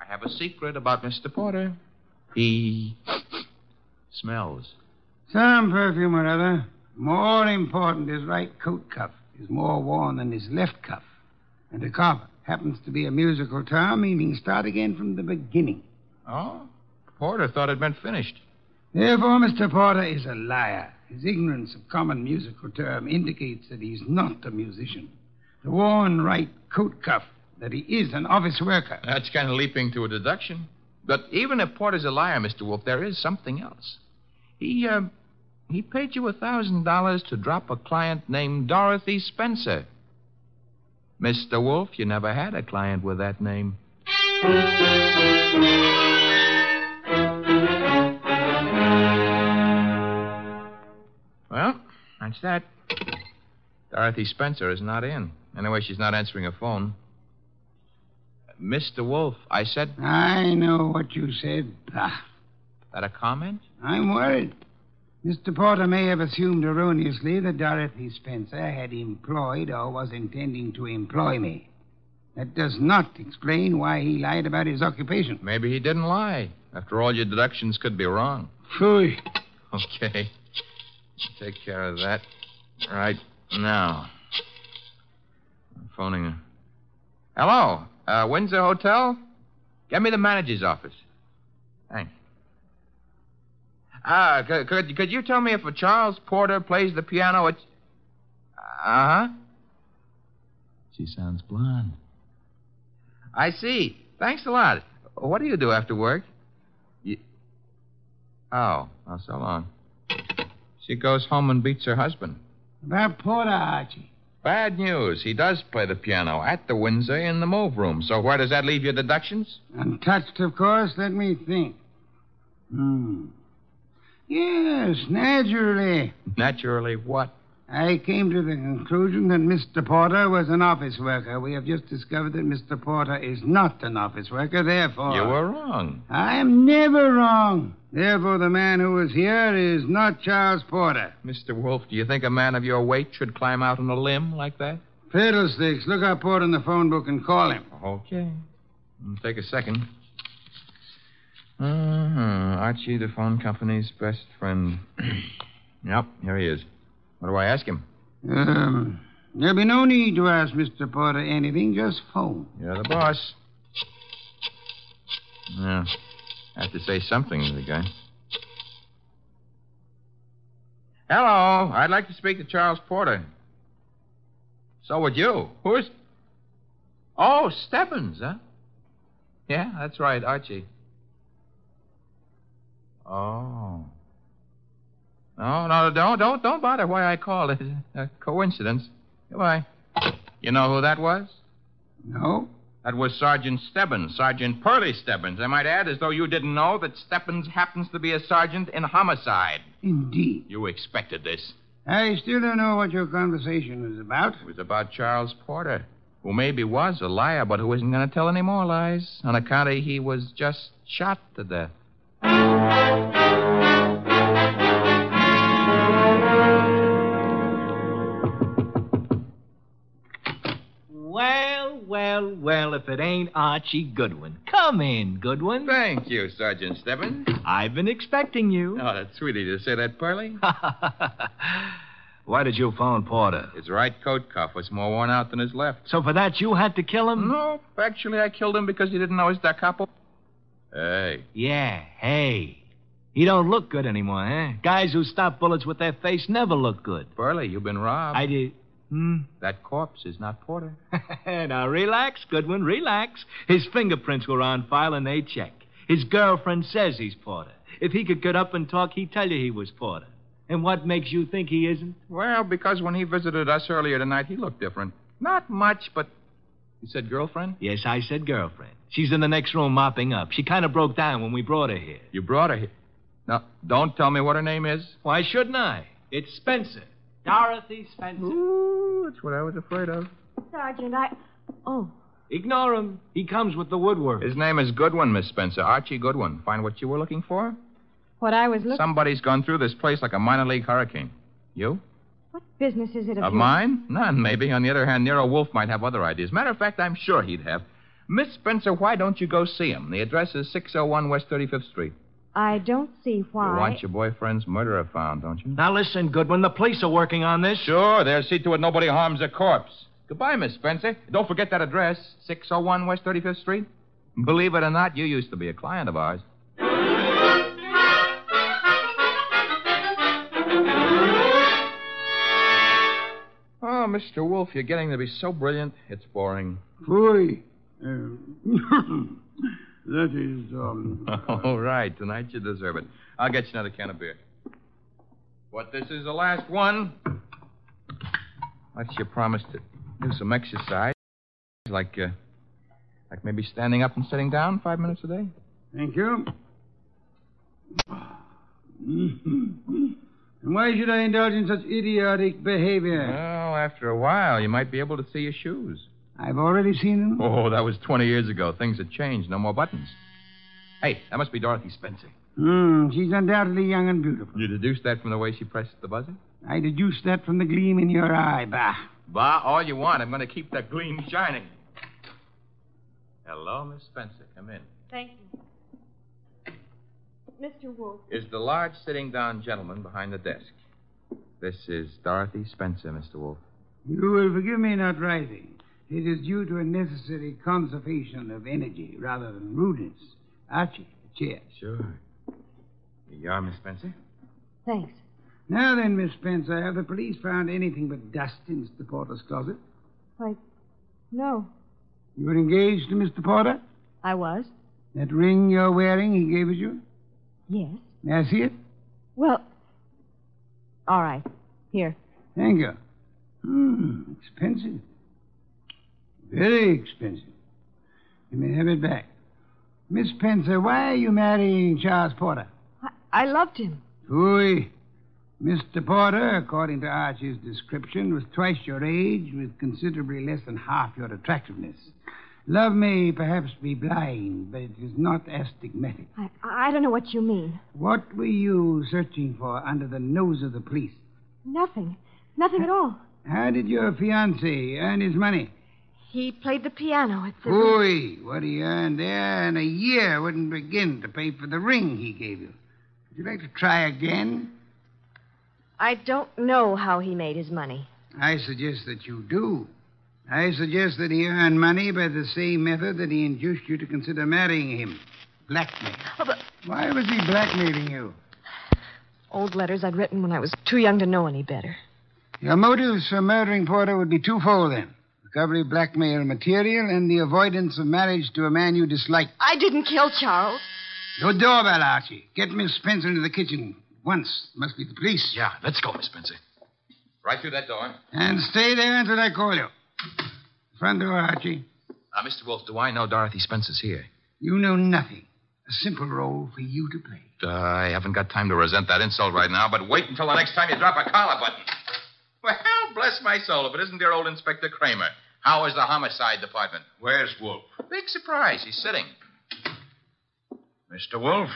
Speaker 15: I have a secret about Mr. Porter. He smells.
Speaker 5: Some perfume or other. More important, his right coat cuff is more worn than his left cuff. And the Cabo happens to be a musical term meaning start again from the beginning.
Speaker 15: Oh? Porter thought it meant finished.
Speaker 5: Therefore, Mr. Porter is a liar. His ignorance of common musical term indicates that he's not a musician. The worn right coat cuff, that he is an office worker.
Speaker 15: That's kind of leaping to a deduction. But even if Porter's a liar, Mr. Wolf, there is something else. He, uh, he paid you a $1,000 to drop a client named Dorothy Spencer. Mr. Wolf, you never had a client with that name. Well, that's that. Dorothy Spencer is not in. Anyway, she's not answering her phone. Mr. Wolf, I said.
Speaker 5: I know what you said. Ah,
Speaker 15: That a comment?
Speaker 5: I'm worried. Mr. Porter may have assumed erroneously that Dorothy Spencer had employed or was intending to employ me. That does not explain why he lied about his occupation.
Speaker 15: Maybe he didn't lie. After all, your deductions could be wrong.
Speaker 5: Phew.
Speaker 15: Okay. Take care of that right now. I'm phoning her. Hello, uh, Windsor Hotel? Get me the manager's office. Thanks. Ah, could, could, could you tell me if a Charles Porter plays the piano at. Uh huh. She sounds blonde. I see. Thanks a lot. What do you do after work? You... Oh, oh, so long. She goes home and beats her husband.
Speaker 5: About Porter, Archie.
Speaker 15: Bad news. He does play the piano at the Windsor in the move room. So where does that leave your deductions?
Speaker 5: Untouched, of course. Let me think. Hmm. Yes, naturally.
Speaker 15: Naturally, what?
Speaker 5: I came to the conclusion that Mr. Porter was an office worker. We have just discovered that Mr. Porter is not an office worker, therefore.
Speaker 15: You were wrong.
Speaker 5: I am never wrong. Therefore, the man who is here is not Charles Porter.
Speaker 15: Mr. Wolf, do you think a man of your weight should climb out on a limb like that?
Speaker 5: Fiddlesticks, look up Porter in the phone book and call him.
Speaker 15: Okay. It'll Mm, take a second. Uh-huh. Archie, the phone company's best friend. yep, here he is. What do I ask him?
Speaker 5: Um, there'll be no need to ask Mr. Porter anything, just phone.
Speaker 15: You're the boss. Yeah. I have to say something to the guy. Hello. I'd like to speak to Charles Porter. So would you. Who is. Oh, Stebbins, huh? Yeah, that's right, Archie. Oh. No, no, don't, don't, don't bother why I called. It's a coincidence. Goodbye. You know who that was?
Speaker 5: No.
Speaker 15: That was Sergeant Stebbins, Sergeant Pearly Stebbins. I might add, as though you didn't know, that Stebbins happens to be a sergeant in homicide.
Speaker 5: Indeed.
Speaker 15: You expected this.
Speaker 5: I still don't know what your conversation was about.
Speaker 15: It was about Charles Porter, who maybe was a liar, but who isn't going to tell any more lies on account of he was just shot to death.
Speaker 16: Well, well, well, if it ain't Archie Goodwin. Come in, Goodwin.
Speaker 15: Thank you, Sergeant Stebbins.
Speaker 16: I've been expecting you.
Speaker 15: Oh, that's sweet of you to say that, Pearlie.
Speaker 16: Why did you phone Porter?
Speaker 15: His right coat cuff was more worn out than his left.
Speaker 16: So for that, you had to kill him?
Speaker 15: No, actually, I killed him because he didn't know his da capo. Hey.
Speaker 16: Yeah, hey. He don't look good anymore, eh? Guys who stop bullets with their face never look good.
Speaker 15: Burley, you've been robbed.
Speaker 16: I did. Hmm?
Speaker 15: That corpse is not Porter.
Speaker 16: now, relax, Goodwin, relax. His fingerprints were on file and they check. His girlfriend says he's Porter. If he could get up and talk, he'd tell you he was Porter. And what makes you think he isn't?
Speaker 15: Well, because when he visited us earlier tonight, he looked different. Not much, but. You said girlfriend?
Speaker 16: Yes, I said girlfriend. She's in the next room mopping up. She kind of broke down when we brought her here.
Speaker 15: You brought her here? Now, don't tell me what her name is.
Speaker 16: Why shouldn't I? It's Spencer. Dorothy Spencer.
Speaker 15: Ooh, that's what I was afraid of.
Speaker 17: Sergeant, I. Oh.
Speaker 16: Ignore him. He comes with the woodwork.
Speaker 15: His name is Goodwin, Miss Spencer. Archie Goodwin. Find what you were looking for?
Speaker 17: What I was looking
Speaker 15: Somebody's gone through this place like a minor league hurricane. You?
Speaker 17: What business is it of,
Speaker 15: Of
Speaker 17: yours?
Speaker 15: mine? None, maybe. On the other hand, Nero Wolf might have other ideas. Matter of fact, I'm sure he'd have. Miss Spencer, why don't you go see him? The address is 601 West 35th Street.
Speaker 17: I don't see why.
Speaker 15: You want your boyfriend's murderer found, don't you?
Speaker 16: Now listen, Goodwin. The police are working on this.
Speaker 15: Sure, they'll see to it nobody harms a corpse. Goodbye, Miss Spencer. Don't forget that address, 601 West 35th Street. Believe it or not, you used to be a client of ours. Oh, Mr. Wolf, you're getting to be so brilliant, it's boring.
Speaker 5: Boy. Um, Uh, that is, um.
Speaker 15: All right, tonight you deserve it. I'll get you another can of beer. But this is the last one. Unless you promise to do some exercise, like uh, like maybe standing up and sitting down five minutes a day.
Speaker 5: Thank you. Mm-hmm. And why should I indulge in such idiotic behavior?
Speaker 15: Well, after a while, you might be able to see your shoes.
Speaker 5: I've already seen them.
Speaker 15: Oh, that was 20 years ago. Things have changed. No more buttons. Hey, that must be Dorothy Spencer.
Speaker 5: Hmm, she's undoubtedly young and beautiful.
Speaker 15: You deduced that from the way she pressed the buzzer?
Speaker 5: I deduced that from the gleam in your eye, Bah.
Speaker 15: Bah, all you want. I'm going to keep that gleam shining. Hello, Miss Spencer. Come in.
Speaker 6: Thank you. Mr. Wolf,
Speaker 15: Is the large sitting down gentleman behind the desk? This is Dorothy Spencer, Mr. Wolf.
Speaker 5: You will forgive me not rising. It is due to a necessary conservation of energy rather than rudeness. Archie, a chair.
Speaker 15: Sure. Here you are, Miss Spencer.
Speaker 6: thanks.
Speaker 5: Now then, Miss Spencer, have the police found anything but dust in Mr. Porter's closet?
Speaker 6: Why, no,
Speaker 5: You were engaged to Mr. Porter?
Speaker 6: I was.
Speaker 5: That ring you're wearing he gave us you?
Speaker 6: Yes.
Speaker 5: May I see it?
Speaker 6: Well, all right. Here.
Speaker 5: Thank you. Hmm, expensive. Very expensive. You may have it back. Miss Spencer, why are you marrying Charles Porter?
Speaker 6: I loved him.
Speaker 5: Fooey. Mr. Porter, according to Archie's description, was twice your age with considerably less than half your attractiveness. Love may perhaps be blind, but it is not astigmatic.
Speaker 6: I, I don't know what you mean.
Speaker 5: What were you searching for under the nose of the police?
Speaker 6: Nothing. Nothing at all.
Speaker 5: How did your fiancé earn his money?
Speaker 6: He played the piano at the.
Speaker 5: Fooey, what he earned there in a year wouldn't begin to pay for the ring he gave you. Would you like to try again?
Speaker 6: I don't know how he made his money.
Speaker 5: I suggest that you do. I suggest that he earned money by the same method that he induced you to consider marrying him blackmail. Why was he blackmailing you?
Speaker 6: Old letters I'd written when I was too young to know any better.
Speaker 5: Your motives for murdering Porter would be twofold then recovery of blackmail material and the avoidance of marriage to a man you dislike.
Speaker 6: I didn't kill Charles.
Speaker 5: No doorbell, Archie. Get Miss Spencer into the kitchen once. Must be the police. Yeah, let's go, Miss Spencer.
Speaker 15: Right through that door. Uh,
Speaker 5: And stay there until I call you. Front door, Archie.
Speaker 15: Uh, Mr. Wolf, do I know Dorothy Spencer's here?
Speaker 5: You know nothing. A simple role for you to play.
Speaker 15: Uh, I haven't got time to resent that insult right now, but wait until the next time you drop a collar button. Well, bless my soul, if it isn't dear old Inspector Kramer. How is the homicide department? Where's Wolf? Big surprise. He's sitting. Mr. Wolf?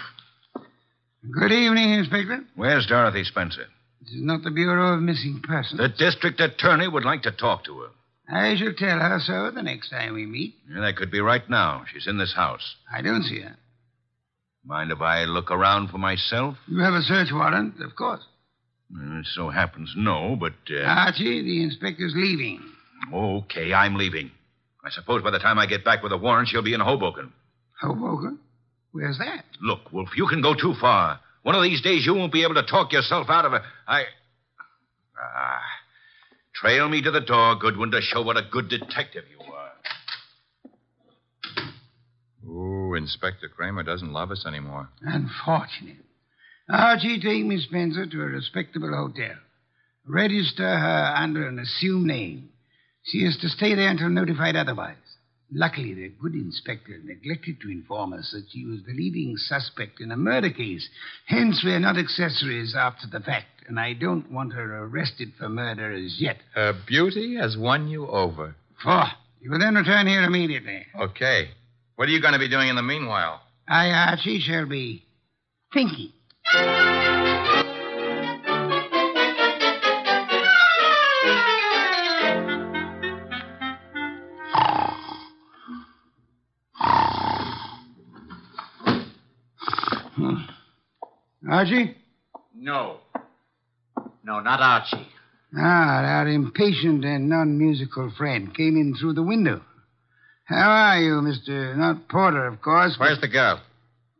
Speaker 5: Good evening, Inspector.
Speaker 9: Where's Dorothy Spencer?
Speaker 5: This is not the Bureau of Missing Persons.
Speaker 9: The district attorney would like to talk to her.
Speaker 5: I shall tell her so the next time we meet.
Speaker 9: Yeah, that could be right now. She's in this house.
Speaker 5: I don't see her.
Speaker 9: Mind if I look around for myself?
Speaker 5: You have a search warrant, of course.
Speaker 9: Uh, It so happens, no, but. Uh...
Speaker 5: Archie, the inspector's leaving.
Speaker 9: Okay, I'm leaving. I suppose by the time I get back with a warrant, she'll be in Hoboken.
Speaker 5: Hoboken? Where's that?
Speaker 9: Look, Wolf, you can go too far. One of these days, you won't be able to talk yourself out of a. I. Ah. Trail me to the door, Goodwin, to show what a good detective you are.
Speaker 15: Ooh, Inspector Kramer doesn't love us anymore.
Speaker 5: Unfortunate. Archie, take Miss Spencer to a respectable hotel. Register her under an assumed name. She is to stay there until notified otherwise. Luckily, the good inspector neglected to inform us that she was the leading suspect in a murder case. Hence, we are not accessories after the fact, and I don't want her arrested for murder as yet.
Speaker 15: Her beauty has won you over.
Speaker 5: For you will then return here immediately.
Speaker 15: Okay. What are you going to be doing in the meanwhile?
Speaker 5: I, Archie, shall be thinking. Archie?
Speaker 13: No. No, not Archie.
Speaker 5: Ah, our impatient and non musical friend came in through the window. How are you, Mr. Not Porter, of course?
Speaker 13: Where's the girl?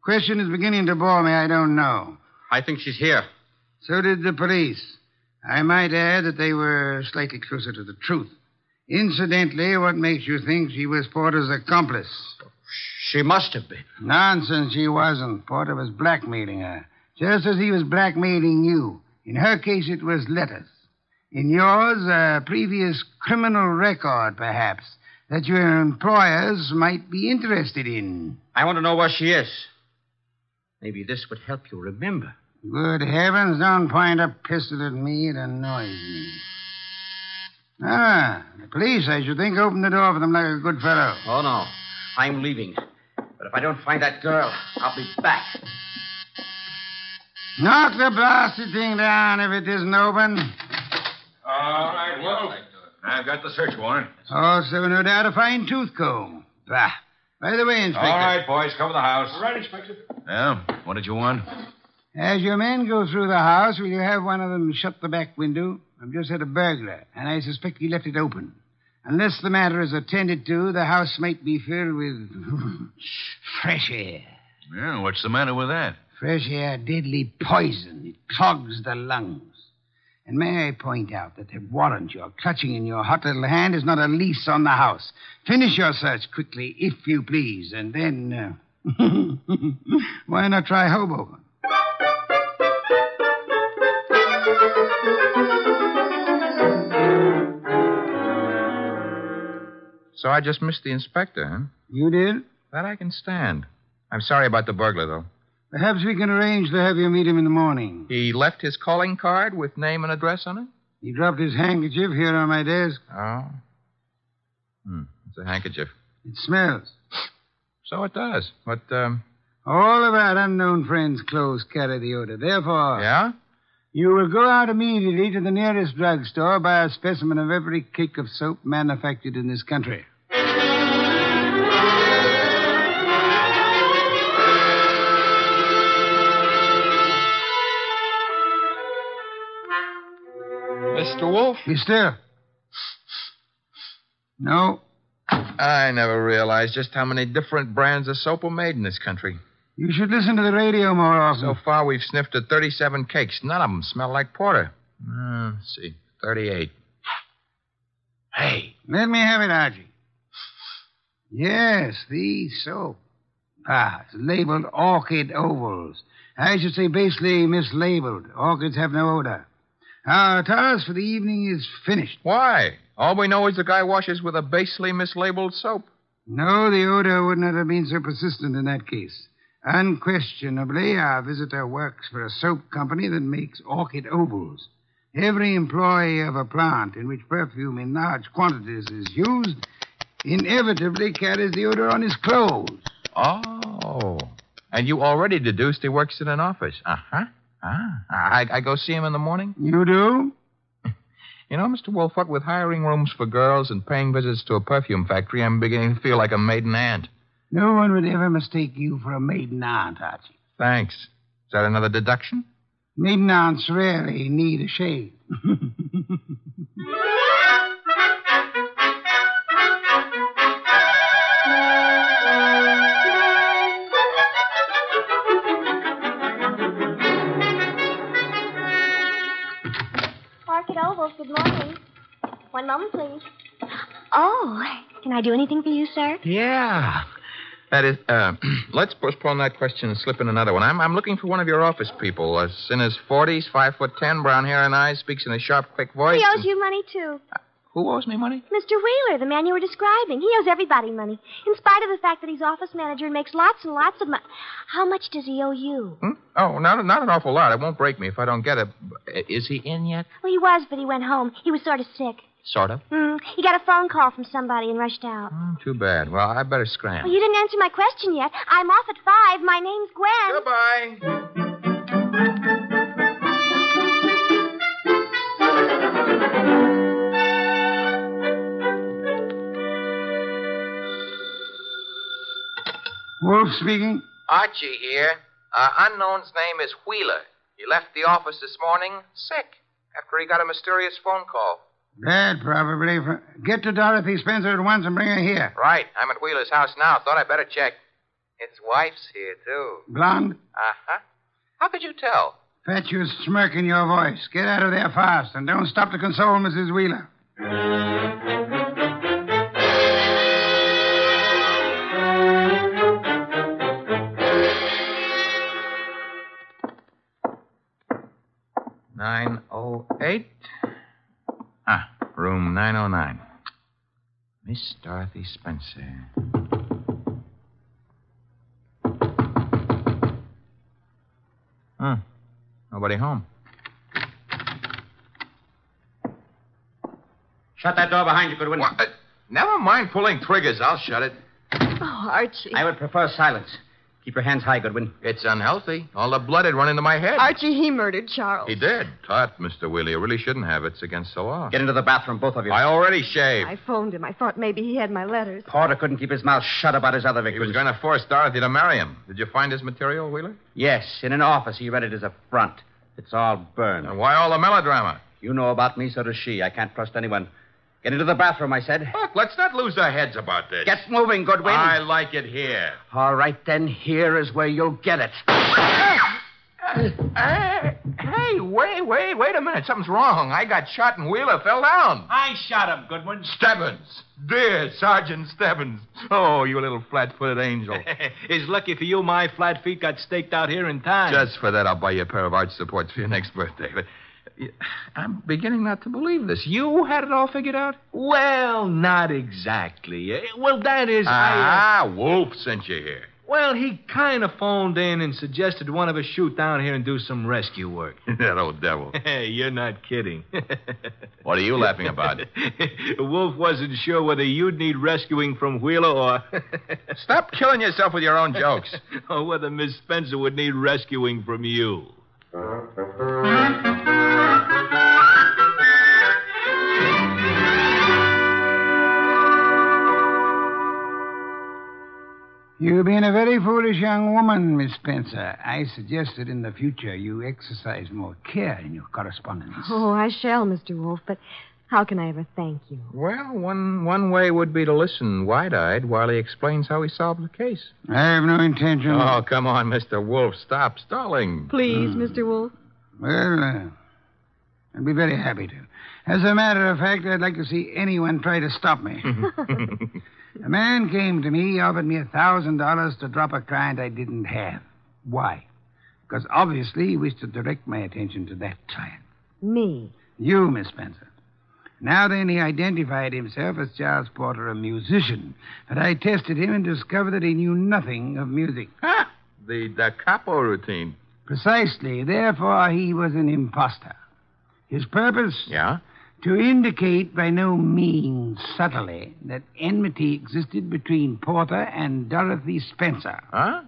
Speaker 5: Question is beginning to bore me. I don't know.
Speaker 13: I think she's here.
Speaker 5: So did the police. I might add that they were slightly closer to the truth. Incidentally, what makes you think she was Porter's accomplice?
Speaker 13: She must have been.
Speaker 5: Nonsense, she wasn't. Porter was blackmailing her, just as he was blackmailing you. In her case, it was letters. In yours, a previous criminal record, perhaps, that your employers might be interested in.
Speaker 13: I want to know where she is. Maybe this would help you remember.
Speaker 5: Good heavens, don't point a pistol at me. It annoys me. Ah, the police, I should think, opened the door for them like a good fellow.
Speaker 13: Oh, no. I'm leaving. But if I don't find that girl, I'll be back.
Speaker 5: Knock the blasted thing down if it isn't open.
Speaker 18: All right, Wolf. I've got the search warrant.
Speaker 5: Also, no doubt, a fine tooth comb. Bah. By the way, Inspector.
Speaker 18: All right, boys, cover the house.
Speaker 5: right, Inspector.
Speaker 18: Yeah, what did you want?
Speaker 5: As your men go through the house, will you have one of them shut the back window? I've just had a burglar, and I suspect he left it open. Unless the matter is attended to, the house might be filled with fresh air.
Speaker 18: Yeah, what's the matter with that?
Speaker 5: Fresh air, deadly poison. It clogs the lungs. And may I point out that the warrant you're clutching in your hot little hand is not a lease on the house. Finish your search quickly, if you please, and then uh, why not try Hoboken?
Speaker 15: So I just missed the inspector, huh?
Speaker 5: You did?
Speaker 15: That I can stand. I'm sorry about the burglar, though.
Speaker 5: Perhaps we can arrange to have you meet him in the morning.
Speaker 15: He left his calling card with name and address on it?
Speaker 5: He dropped his handkerchief here on my desk.
Speaker 15: Oh. Hmm. It's a handkerchief.
Speaker 5: It smells.
Speaker 15: So it does. But, um,
Speaker 5: All of our unknown friends' clothes carry the odor. Therefore.
Speaker 15: Yeah?
Speaker 5: You will go out immediately to the nearest drugstore, buy a specimen of every cake of soap manufactured in this country.
Speaker 15: Mr. Wolf?
Speaker 5: Mister. No.
Speaker 15: I never realized just how many different brands of soap are made in this country.
Speaker 5: You should listen to the radio more often.
Speaker 15: So far, we've sniffed at 37 cakes. None of them smell like porter. Uh,
Speaker 8: Ah,
Speaker 15: let's see, 38. Hey.
Speaker 5: Let me have it, Archie. Yes, the soap. Ah, it's labeled orchid ovals. I should say basically mislabeled. Orchids have no odor. Our task for the evening is finished.
Speaker 15: Why? All we know is the guy washes with a basely mislabeled soap.
Speaker 5: No, the odor would not have been so persistent in that case. Unquestionably, our visitor works for a soap company that makes orchid ovals. Every employee of a plant in which perfume in large quantities is used inevitably carries the odor on his clothes.
Speaker 15: Oh. And you already deduced he works in an office. Uh huh. Ah. I, I go see him in the morning?
Speaker 5: You do?
Speaker 15: You know, Mr. Wolfert, with hiring rooms for girls and paying visits to a perfume factory, I'm beginning to feel like a maiden aunt.
Speaker 5: No one would ever mistake you for a maiden aunt, Archie.
Speaker 15: Thanks. Is that another deduction?
Speaker 5: Maiden aunts rarely need a shave.
Speaker 19: Orchid Oval, good morning. One moment, please. Oh, can I do anything for you, sir?
Speaker 15: Yeah. That is, uh, let's postpone that question and slip in another one. I'm, I'm looking for one of your office people. Uh, in his 40s, 5 foot 10, brown hair and eyes, speaks in a sharp, quick voice.
Speaker 19: He owes
Speaker 15: and-
Speaker 19: you money, too.
Speaker 15: Who owes me money?
Speaker 19: Mr. Wheeler, the man you were describing, he owes everybody money, in spite of the fact that he's office manager and makes lots and lots of money. How much does he owe you?
Speaker 15: Oh, not, not an awful lot. It won't break me if I don't get it. Is he in yet?
Speaker 19: Well, he was, but he went home. He was sort of sick.
Speaker 15: Sort of.
Speaker 19: Mm, he got a phone call from somebody and rushed out.
Speaker 15: Too bad. Well, I better scram.
Speaker 19: Well, you didn't answer my question yet. I'm off at five. My name's Gwen.
Speaker 15: Goodbye.
Speaker 5: Wolf speaking.
Speaker 15: Archie here. Uh, unknown's name is Wheeler. He left the office this morning sick after he got a mysterious phone call.
Speaker 5: Bad, probably. For... Get to Dorothy Spencer at once and bring her here.
Speaker 15: Right. I'm at Wheeler's house now. Thought I better check. His wife's here, too.
Speaker 5: Blonde,
Speaker 15: Uh huh. How could you tell?
Speaker 5: fetch your smirk in your voice. Get out of there fast, and don't stop to console Mrs. Wheeler.
Speaker 15: Nine oh eight. Ah, room nine oh nine. Miss Dorothy Spencer. Huh. Hmm, Nobody home.
Speaker 20: Shut that door behind you, Goodwin.
Speaker 15: Uh, Never mind pulling triggers. I'll shut it.
Speaker 20: Oh, Archie. I would prefer silence. Keep your hands high, Goodwin.
Speaker 15: It's unhealthy. All the blood had run into my head.
Speaker 17: Archie, he murdered Charles.
Speaker 15: He did. Tut, Mr. Wheeler. You really shouldn't have. It's against the law.
Speaker 20: Get into the bathroom, both of you.
Speaker 15: I already shaved.
Speaker 17: I phoned him. I thought maybe he had my letters.
Speaker 20: Porter couldn't keep his mouth shut about his other
Speaker 15: He
Speaker 20: victims.
Speaker 15: was going to force Dorothy to marry him. Did you find his material, Wheeler?
Speaker 20: Yes, in an office. He read it as a front. It's all burned. And
Speaker 15: why all the melodrama?
Speaker 20: You know about me, so does she. I can't trust anyone. Get into the bathroom, I said.
Speaker 15: Look, let's not lose our heads about this.
Speaker 20: Get moving, Goodwin.
Speaker 15: I like it here.
Speaker 20: All right, then. Here is where you'll get it.
Speaker 15: Hey, hey, wait, wait, wait a minute. Something's wrong. I got shot and Wheeler fell down.
Speaker 16: I shot him, Goodwin.
Speaker 15: Stebbins. Dear Sergeant Stebbins. Oh, you little flat footed angel.
Speaker 16: it's lucky for you my flat feet got staked out here in time.
Speaker 15: Just for that, I'll buy you a pair of arch supports for your next birthday. But y- I'm beginning not to believe this. You had it all figured out?
Speaker 16: Well, not exactly. Uh, Well, that is. I, uh,
Speaker 15: Ah, Wolf sent you here.
Speaker 16: Well, he kind of phoned in and suggested one of us shoot down here and do some rescue work.
Speaker 15: that old devil.
Speaker 16: Hey, you're not kidding.
Speaker 15: What are you laughing about?
Speaker 16: Wolf wasn't sure whether you'd need rescuing from Wheeler or.
Speaker 15: Stop killing yourself with your own jokes.
Speaker 16: or whether Miss Spencer would need rescuing from you.
Speaker 5: You've been a very foolish young woman, Miss Spencer. I suggest that in the future you exercise more care in your correspondence.
Speaker 17: Oh, I shall, Mr. Wolf, but how can I ever thank you?
Speaker 15: Well, one, one way would be to listen wide eyed while he explains how he solved the case.
Speaker 5: I have no intention.
Speaker 15: Oh, come on, Mr. Wolf. Stop stalling.
Speaker 17: Please,
Speaker 15: Hmm.
Speaker 17: Mr. Wolf.
Speaker 5: Hmm. Well, uh, I'd be very happy to. As a matter of fact, I'd like to see anyone try to stop me. a man came to me, offered me a thousand dollars to drop a client I didn't have. Why? Because obviously he wished to direct my attention to that client.
Speaker 17: Me.
Speaker 5: You, Miss Spencer. Now then, he identified himself as Charles Porter, a musician. But I tested him and discovered that he knew nothing of music.
Speaker 15: The Da Capo routine.
Speaker 5: Precisely. Therefore, he was an impostor. His purpose?
Speaker 15: Yeah?
Speaker 5: To indicate by no means subtly that enmity existed between Porter and Dorothy Spencer.
Speaker 15: Huh?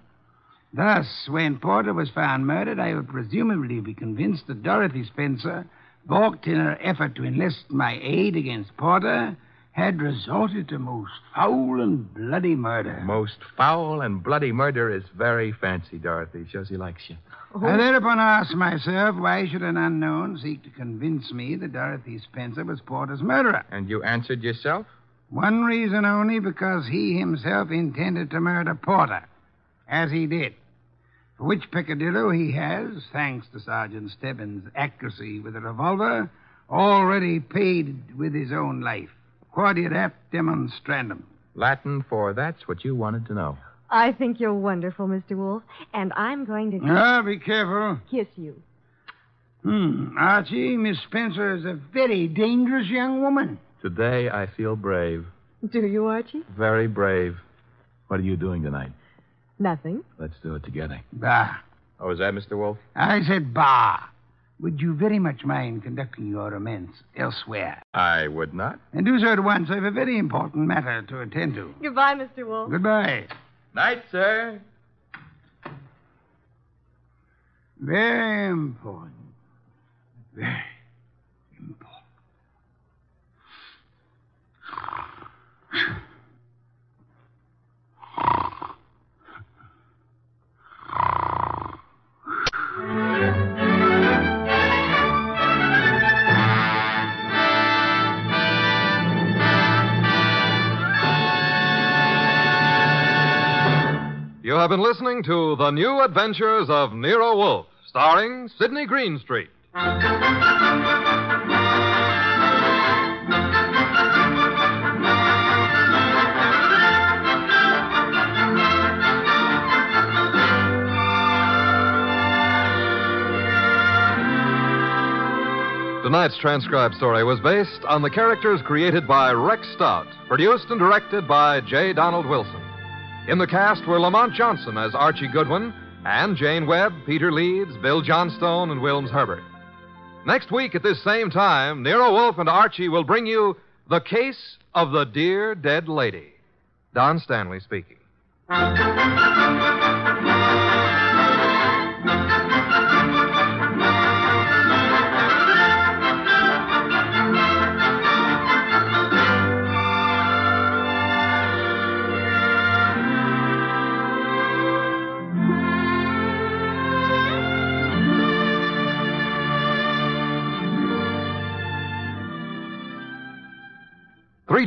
Speaker 5: Thus, when Porter was found murdered, I would presumably be convinced that Dorothy Spencer, balked in her effort to enlist my aid against Porter, had resorted to most foul and bloody murder.
Speaker 15: Most foul and bloody murder is very fancy, Dorothy. Shows he likes you.
Speaker 5: I thereupon asked myself, why should an unknown seek to convince me that Dorothy Spencer was Porter's murderer?
Speaker 15: And you answered yourself?
Speaker 5: One reason only, because he himself intended to murder Porter, as he did. For which peccadillo he has, thanks to Sergeant Stebbins' accuracy with a revolver, already paid with his own life. Quodiat apt demonstrandum.
Speaker 15: Latin for that's what you wanted to know.
Speaker 17: I think you're wonderful, Mr. Wolf, and I'm going to
Speaker 5: Ah, be careful.
Speaker 17: kiss you.
Speaker 5: Hmm, Archie, Miss Spencer is a very dangerous young woman.
Speaker 15: Today I feel brave.
Speaker 17: Do you, Archie?
Speaker 15: Very brave. What are you doing tonight?
Speaker 17: Nothing.
Speaker 15: Let's do it together.
Speaker 5: Bah.
Speaker 15: Oh, is that Mr. Wolf?
Speaker 5: I said, bah. Would you very much mind conducting your romance elsewhere?
Speaker 15: I would not.
Speaker 5: And do so at once. I have a very important matter to attend to.
Speaker 17: Goodbye, Mr. Wolf.
Speaker 5: Goodbye.
Speaker 15: Night, sir.
Speaker 5: Very important. Very important.
Speaker 4: You have been listening to The New Adventures of Nero Wolf, starring Sidney Greenstreet. Tonight's transcribed story was based on the characters created by Rex Stout, produced and directed by J. Donald Wilson. In the cast were Lamont Johnson as Archie Goodwin, and Jane Webb, Peter Leeds, Bill Johnstone, and Wilms Herbert. Next week at this same time, Nero Wolf and Archie will bring you The Case of the Dear Dead Lady. Don Stanley speaking.
Speaker 1: Three